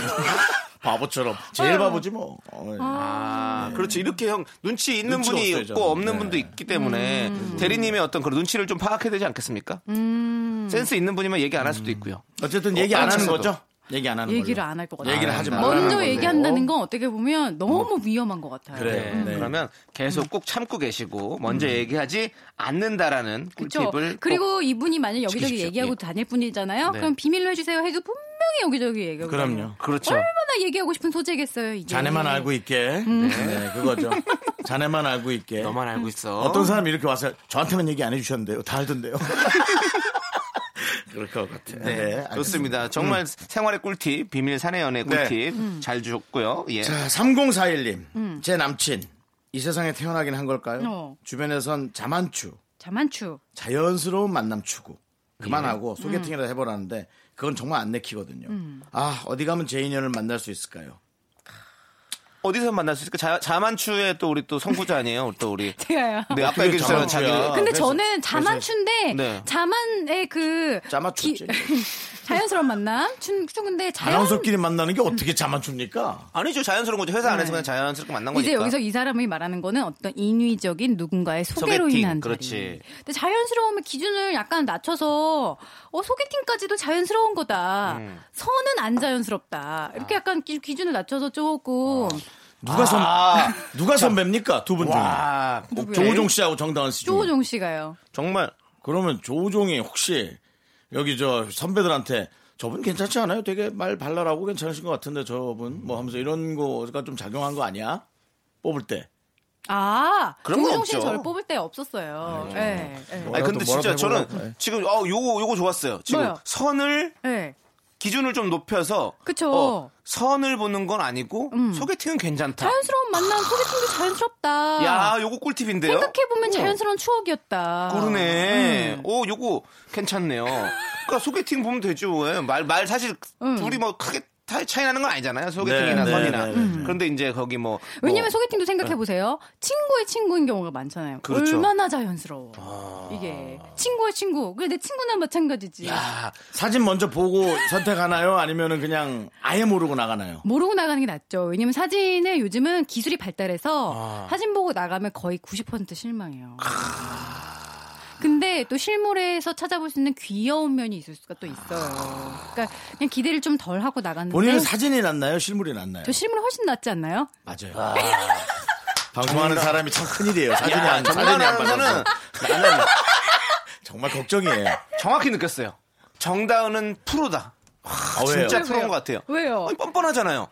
Speaker 3: 바보처럼 제일 바보지 뭐. 어, 예.
Speaker 4: 아, 그렇지 이렇게 형 눈치 있는
Speaker 3: 눈치
Speaker 4: 분이
Speaker 3: 없어요,
Speaker 4: 있고
Speaker 3: 저는.
Speaker 4: 없는
Speaker 3: 네.
Speaker 4: 분도 있기 때문에
Speaker 9: 음.
Speaker 4: 대리님의 어떤 그런 눈치를
Speaker 9: 음.
Speaker 4: 좀 파악해야 되지 않겠습니까? 센스 있는 분이면 얘기 안 할 수도 있고요.
Speaker 3: 어쨌든 얘기 안 하는
Speaker 4: 딴짓에서도.
Speaker 3: 거죠. 얘기 안 하는
Speaker 9: 얘기를
Speaker 3: 걸로.
Speaker 9: 안 할 것 같아요.
Speaker 3: 얘기를 하지 말라는
Speaker 9: 먼저
Speaker 3: 건데. 음.
Speaker 9: 얘기한다는 건 어떻게 보면 너무 위험한 것 같아요.
Speaker 3: 그래요.
Speaker 4: 네. 음.
Speaker 3: 네.
Speaker 4: 그러면 계속 꼭 참고 계시고 먼저 얘기하지 않는다라는
Speaker 9: 그렇죠.
Speaker 4: 꿀팁을 꼭
Speaker 9: 그리고 이분이 만약 여기저기
Speaker 4: 지키십시오.
Speaker 9: 얘기하고
Speaker 4: 예.
Speaker 9: 다닐 분이잖아요.
Speaker 4: 네.
Speaker 9: 그럼 비밀로 해주세요 해도 분명히 여기저기 얘기하고.
Speaker 3: 그럼요.
Speaker 4: 그렇죠.
Speaker 9: 얼마나 얘기하고 싶은 소재겠어요 이게.
Speaker 3: 자네만 알고 있게. 네, 그거죠. 자네만 알고 있게.
Speaker 4: 음. 너만 알고 있어.
Speaker 3: 어떤 사람이 이렇게 와서 저한테만 얘기 안 해주셨는데요. 다 알던데요. 그럴 것 같아요. 네. 알겠습니다.
Speaker 4: 좋습니다. 음. 네. 정말 생활의 꿀팁, 비밀 사내 연애 꿀팁
Speaker 9: 음.
Speaker 4: 잘 주셨고요. 예.
Speaker 3: 자, 3041님. 제 남친. 이 세상에 태어나긴 한 걸까요?
Speaker 9: 어.
Speaker 3: 주변에선 자만추,
Speaker 9: 자만추.
Speaker 3: 자연스러운 만남 추구. 그만하고 소개팅이라 도 해보라는데 그건 정말 안 내키거든요. 아, 어디 가면 제 인연을 만날 수 있을까요?
Speaker 4: 어디서 만날 수 있을까? 자, 자만추의 또 우리 또 성구자 아니에요? 우리 또 우리.
Speaker 9: 제가요.
Speaker 4: 네, 아까 얘기했잖아요. 자기.
Speaker 3: 자만추야.
Speaker 9: 근데
Speaker 3: 그래서-
Speaker 9: 저는 자만추인데
Speaker 4: 네.
Speaker 9: 자만의 그
Speaker 3: 자만추지.
Speaker 9: 자연스러운 만남 추 추근데 자연
Speaker 3: 아나운서끼리 만나는 게 어떻게 자만추입니까?
Speaker 4: 아니죠. 자연스러운 거죠. 회사 안에서 그냥 자연스럽게 만난 거니까.
Speaker 9: 네. 이제 여기서 이 사람이 말하는 거는 어떤 인위적인 누군가의 소개로
Speaker 4: 소개팅,
Speaker 9: 인한
Speaker 4: 그렇지.
Speaker 9: 자리. 근데 자연스러움의 기준을 약간 낮춰서 어 소개팅까지도 자연스러운 거다.
Speaker 4: 음.
Speaker 9: 선은 안 자연스럽다. 이렇게 약간 기, 기준을 낮춰서 조금
Speaker 3: 누가 선
Speaker 4: 아,
Speaker 3: 누가 선배입니까? 두 분 중에.
Speaker 4: 와.
Speaker 9: 누구야?
Speaker 3: 조우종 씨하고 정다은 씨. 중에.
Speaker 9: 조우종 씨가요.
Speaker 4: 정말
Speaker 3: 그러면 조우종이 혹시 여기 저 선배들한테 저분 괜찮지 않아요? 되게 말 발랄하고 괜찮으신 것 같은데 저분 뭐 하면서 이런 거가 좀 작용한 거 아니야? 뽑을 때.
Speaker 9: 아,
Speaker 4: 그런 건
Speaker 9: 조우종
Speaker 4: 없죠. 아,
Speaker 9: 씨는
Speaker 4: 네.
Speaker 9: 저를 뽑을 때 없었어요. 예. 예.
Speaker 4: 아니
Speaker 3: 뭐라도
Speaker 4: 근데 진짜 저는
Speaker 3: 해보라고. 네.
Speaker 4: 지금 어 요거 요거 좋았어요. 지금
Speaker 9: 뭐요?
Speaker 4: 선을
Speaker 9: 예.
Speaker 4: 기준을 좀 높여서
Speaker 9: 그쵸. 음.
Speaker 4: 어, 선을 보는 건 아니고 소개팅은 괜찮다.
Speaker 9: 자연스러운 만남 소개팅도 자연스럽다.
Speaker 4: 야, 요거 꿀팁인데요.
Speaker 9: 생각해 보면 자연스러운 추억이었다. 음.
Speaker 4: 그러네. 오, 요거 괜찮네요. 그러니까 소개팅 보면 되죠. 예. 말, 말 사실
Speaker 9: 음.
Speaker 4: 둘이 뭐 크게 타- 차이 나는 건 아니잖아요.
Speaker 3: 네,
Speaker 4: 소개팅이나
Speaker 3: 네,
Speaker 4: 선이나.
Speaker 3: 네, 네, 네.
Speaker 4: 그런데 이제 거기 뭐. 뭐
Speaker 9: 왜냐면 소개팅도 생각해 보세요. 친구의 친구인 경우가 많잖아요.
Speaker 4: 그렇죠.
Speaker 9: 얼마나 자연스러워. 이게 친구의 친구. 그래 내 친구나 마찬가지지.
Speaker 3: 아, 사진 먼저 보고 선택하나요? 아니면은 그냥 아예 모르고 나가나요?
Speaker 9: 모르고 나가는 게 낫죠. 왜냐면 사진을 요즘은 기술이 발달해서 사진 보고 나가면 거의 90% 실망해요. 근데 또 실물에서 찾아볼 수 있는 귀여운 면이 있을 수가 또 있어요. 그러니까 그냥 기대를 좀 덜 하고 나갔는데
Speaker 3: 본인은 사진이 낫나요? 실물이 낫나요?
Speaker 9: 네. 저 실물 훨씬 낫지 않나요?
Speaker 3: 맞아요. 방송하는 사람이 참 큰일이에요. 사진이
Speaker 4: 야,
Speaker 3: 안 사진이 안
Speaker 4: 정다은은
Speaker 3: 받아서 정말 걱정이에요.
Speaker 4: 정확히 느꼈어요. 정다은은 프로다.
Speaker 3: 아, 왜요?
Speaker 4: 진짜 프로인 것 같아요.
Speaker 9: 왜요?
Speaker 4: 아니, 뻔뻔하잖아요.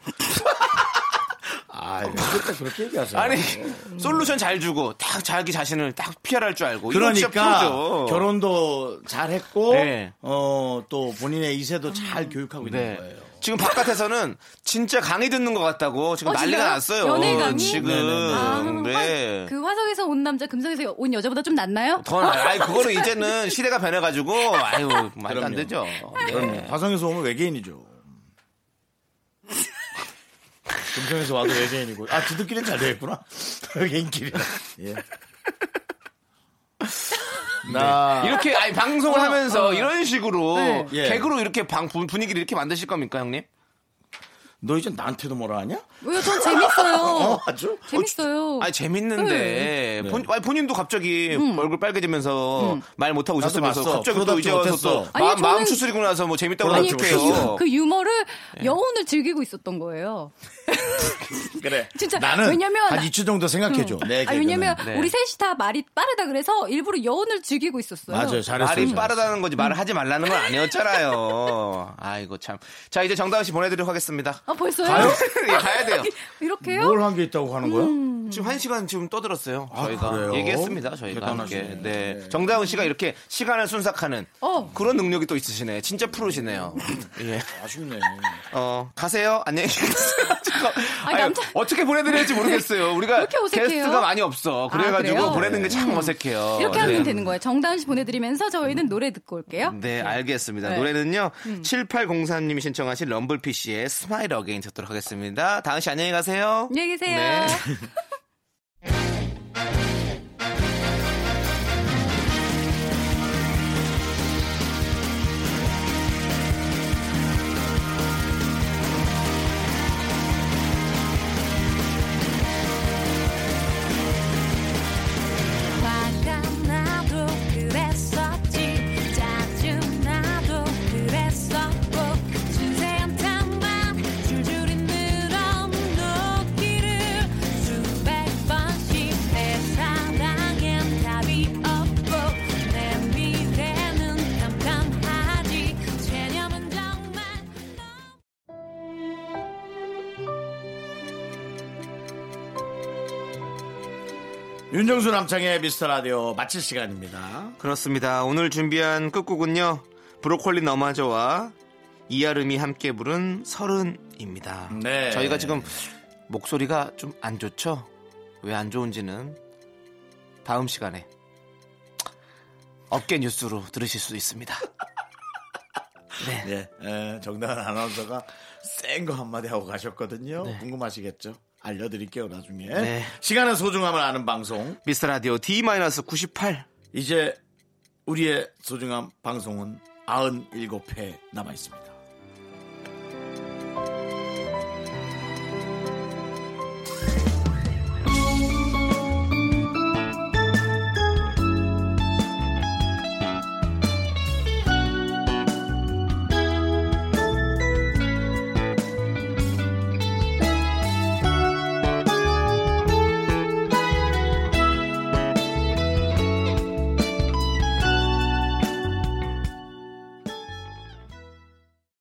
Speaker 3: 아, 그때 그렇게 얘기하세요.
Speaker 4: 아니
Speaker 3: 네.
Speaker 4: 솔루션 잘 주고 딱 자기 자신을 딱 피할 줄 알고 뭐 이건 진짜
Speaker 3: 그러니까
Speaker 4: 프로죠.
Speaker 3: 결혼도 잘했고
Speaker 4: 네.
Speaker 3: 어, 또 본인의 이세도 잘 교육하고 있는
Speaker 4: 네.
Speaker 3: 거예요.
Speaker 4: 지금 바깥에서는 진짜 강의 듣는 것 같다고 지금
Speaker 9: 어,
Speaker 4: 난리가
Speaker 9: 진짜요?
Speaker 4: 났어요.
Speaker 9: 연애 강의?
Speaker 4: 지금
Speaker 3: 네네네.
Speaker 9: 아,
Speaker 4: 네.
Speaker 9: 화, 그 화성에서 온 남자 금성에서 온 여자보다 좀 낫나요?
Speaker 4: 더 나- 아이 그거는 이제는 시대가 변해가지고 아유 말도 안
Speaker 3: 그럼요.
Speaker 4: 되죠. 네.
Speaker 3: 그럼 화성에서 오면 외계인이죠. 금성에서 와도 외계인이고. 아, 지들끼리는 잘 되겠구나. 외계인끼리. 예. 나
Speaker 4: 이렇게 아니 어, 방송을 하면서 이런 식으로
Speaker 9: 네.
Speaker 3: 예.
Speaker 4: 개그로 이렇게 방 분- 분위기를 이렇게 만드실 겁니까 형님?
Speaker 3: 너 이제 나한테도 뭐라 하냐?
Speaker 9: 왜요? 전 재밌어요.
Speaker 3: 어, 아주
Speaker 9: 재밌어요.
Speaker 4: 아니 재밌는데
Speaker 9: 네.
Speaker 4: 본, 아니, 본인도 갑자기
Speaker 9: 음.
Speaker 4: 얼굴 빨개지면서 말 못하고
Speaker 3: 나도
Speaker 4: 오셨으면서
Speaker 3: 봤어.
Speaker 4: 갑자기 또
Speaker 3: 프로답지
Speaker 4: 이제 와서 또
Speaker 3: 못했어.
Speaker 9: 아니,
Speaker 4: 마음, 마음
Speaker 9: 저는-
Speaker 4: 추스리고 나서 뭐 재밌다고
Speaker 3: 아니,
Speaker 9: 그,
Speaker 4: 하니까요. 예.
Speaker 9: 유- 그 유머를 여운을 즐기고 있었던 거예요.
Speaker 3: 그래.
Speaker 9: 진짜
Speaker 3: 나는
Speaker 9: 왜냐면
Speaker 3: 한 2주 정도 생각해줘. 내
Speaker 9: 아,
Speaker 3: 개그는.
Speaker 9: 왜냐면
Speaker 4: 네.
Speaker 9: 우리 셋이 다 말이 빠르다 그래서 일부러 여운을 즐기고 있었어요.
Speaker 3: 맞아요. 잘했어요.
Speaker 4: 말이
Speaker 3: 잘했어요.
Speaker 4: 빠르다는 거지 말을 하지 말라는 건 아니었잖아요. 아이고 참. 자 이제 정다은 씨 보내드리도록 하겠습니다.
Speaker 9: 아, 벌써요?
Speaker 4: 가요? 예, 가야 돼요.
Speaker 9: 이렇게요?
Speaker 3: 뭘 한 게 있다고 하는 거야?
Speaker 4: 음. 지금 한 시간 지금 떠들었어요.
Speaker 3: 아,
Speaker 4: 저희가
Speaker 3: 그래요?
Speaker 4: 얘기했습니다. 저희가
Speaker 3: 대단하시네.
Speaker 4: 함께. 네. 정다은 씨가 이렇게 시간을 순삭하는
Speaker 9: 어.
Speaker 4: 그런 능력이 또 있으시네. 진짜 프로시네요. 예.
Speaker 3: 아쉽네.
Speaker 4: 어 가세요. 안녕히 계세요. 잠깐. 아니,
Speaker 9: 남자-
Speaker 4: 어떻게 보내드릴지 모르겠어요. 우리가
Speaker 9: 이렇게 어색해요? 아,
Speaker 4: 게스트가 많이 없어. 그래가지고
Speaker 9: 그래요? 음.
Speaker 4: 보내는 게 참 어색해요.
Speaker 9: 이렇게 하면
Speaker 4: 네.
Speaker 9: 되는 거예요. 정다은 씨 보내드리면서 저희는 노래 듣고 올게요.
Speaker 4: 네, 알겠습니다.
Speaker 9: 네.
Speaker 4: 노래는요, 7803님이 신청하신 럼블피쉬의 스마일 어게인 듣도록 하겠습니다. 다은 씨 안녕히 가세요.
Speaker 9: 안녕히 계세요.
Speaker 4: 네.
Speaker 6: 화가 나도 그랬었지 짜증 나도 그랬었고 주세한 타
Speaker 3: 윤정수 남창의 미스터 라디오 마칠 시간입니다.
Speaker 4: 그렇습니다. 오늘 준비한 끝곡은요. 브로콜리 너마저와 이아름이 함께 부른 서른입니다.
Speaker 3: 네.
Speaker 4: 저희가 지금 목소리가 좀 안 좋죠? 왜 안 좋은지는 다음 시간에 업계 뉴스로 들으실 수 있습니다.
Speaker 3: 예, 예, 정다은 아나운서가 센 거 한마디 하고 가셨거든요. 궁금하시겠죠? 알려드릴게요, 나중에.
Speaker 4: 네.
Speaker 3: 시간의 소중함을 아는 방송.
Speaker 4: 미스터 라디오 D-98
Speaker 3: 이제 우리의 소중한 방송은 97회 남아있습니다.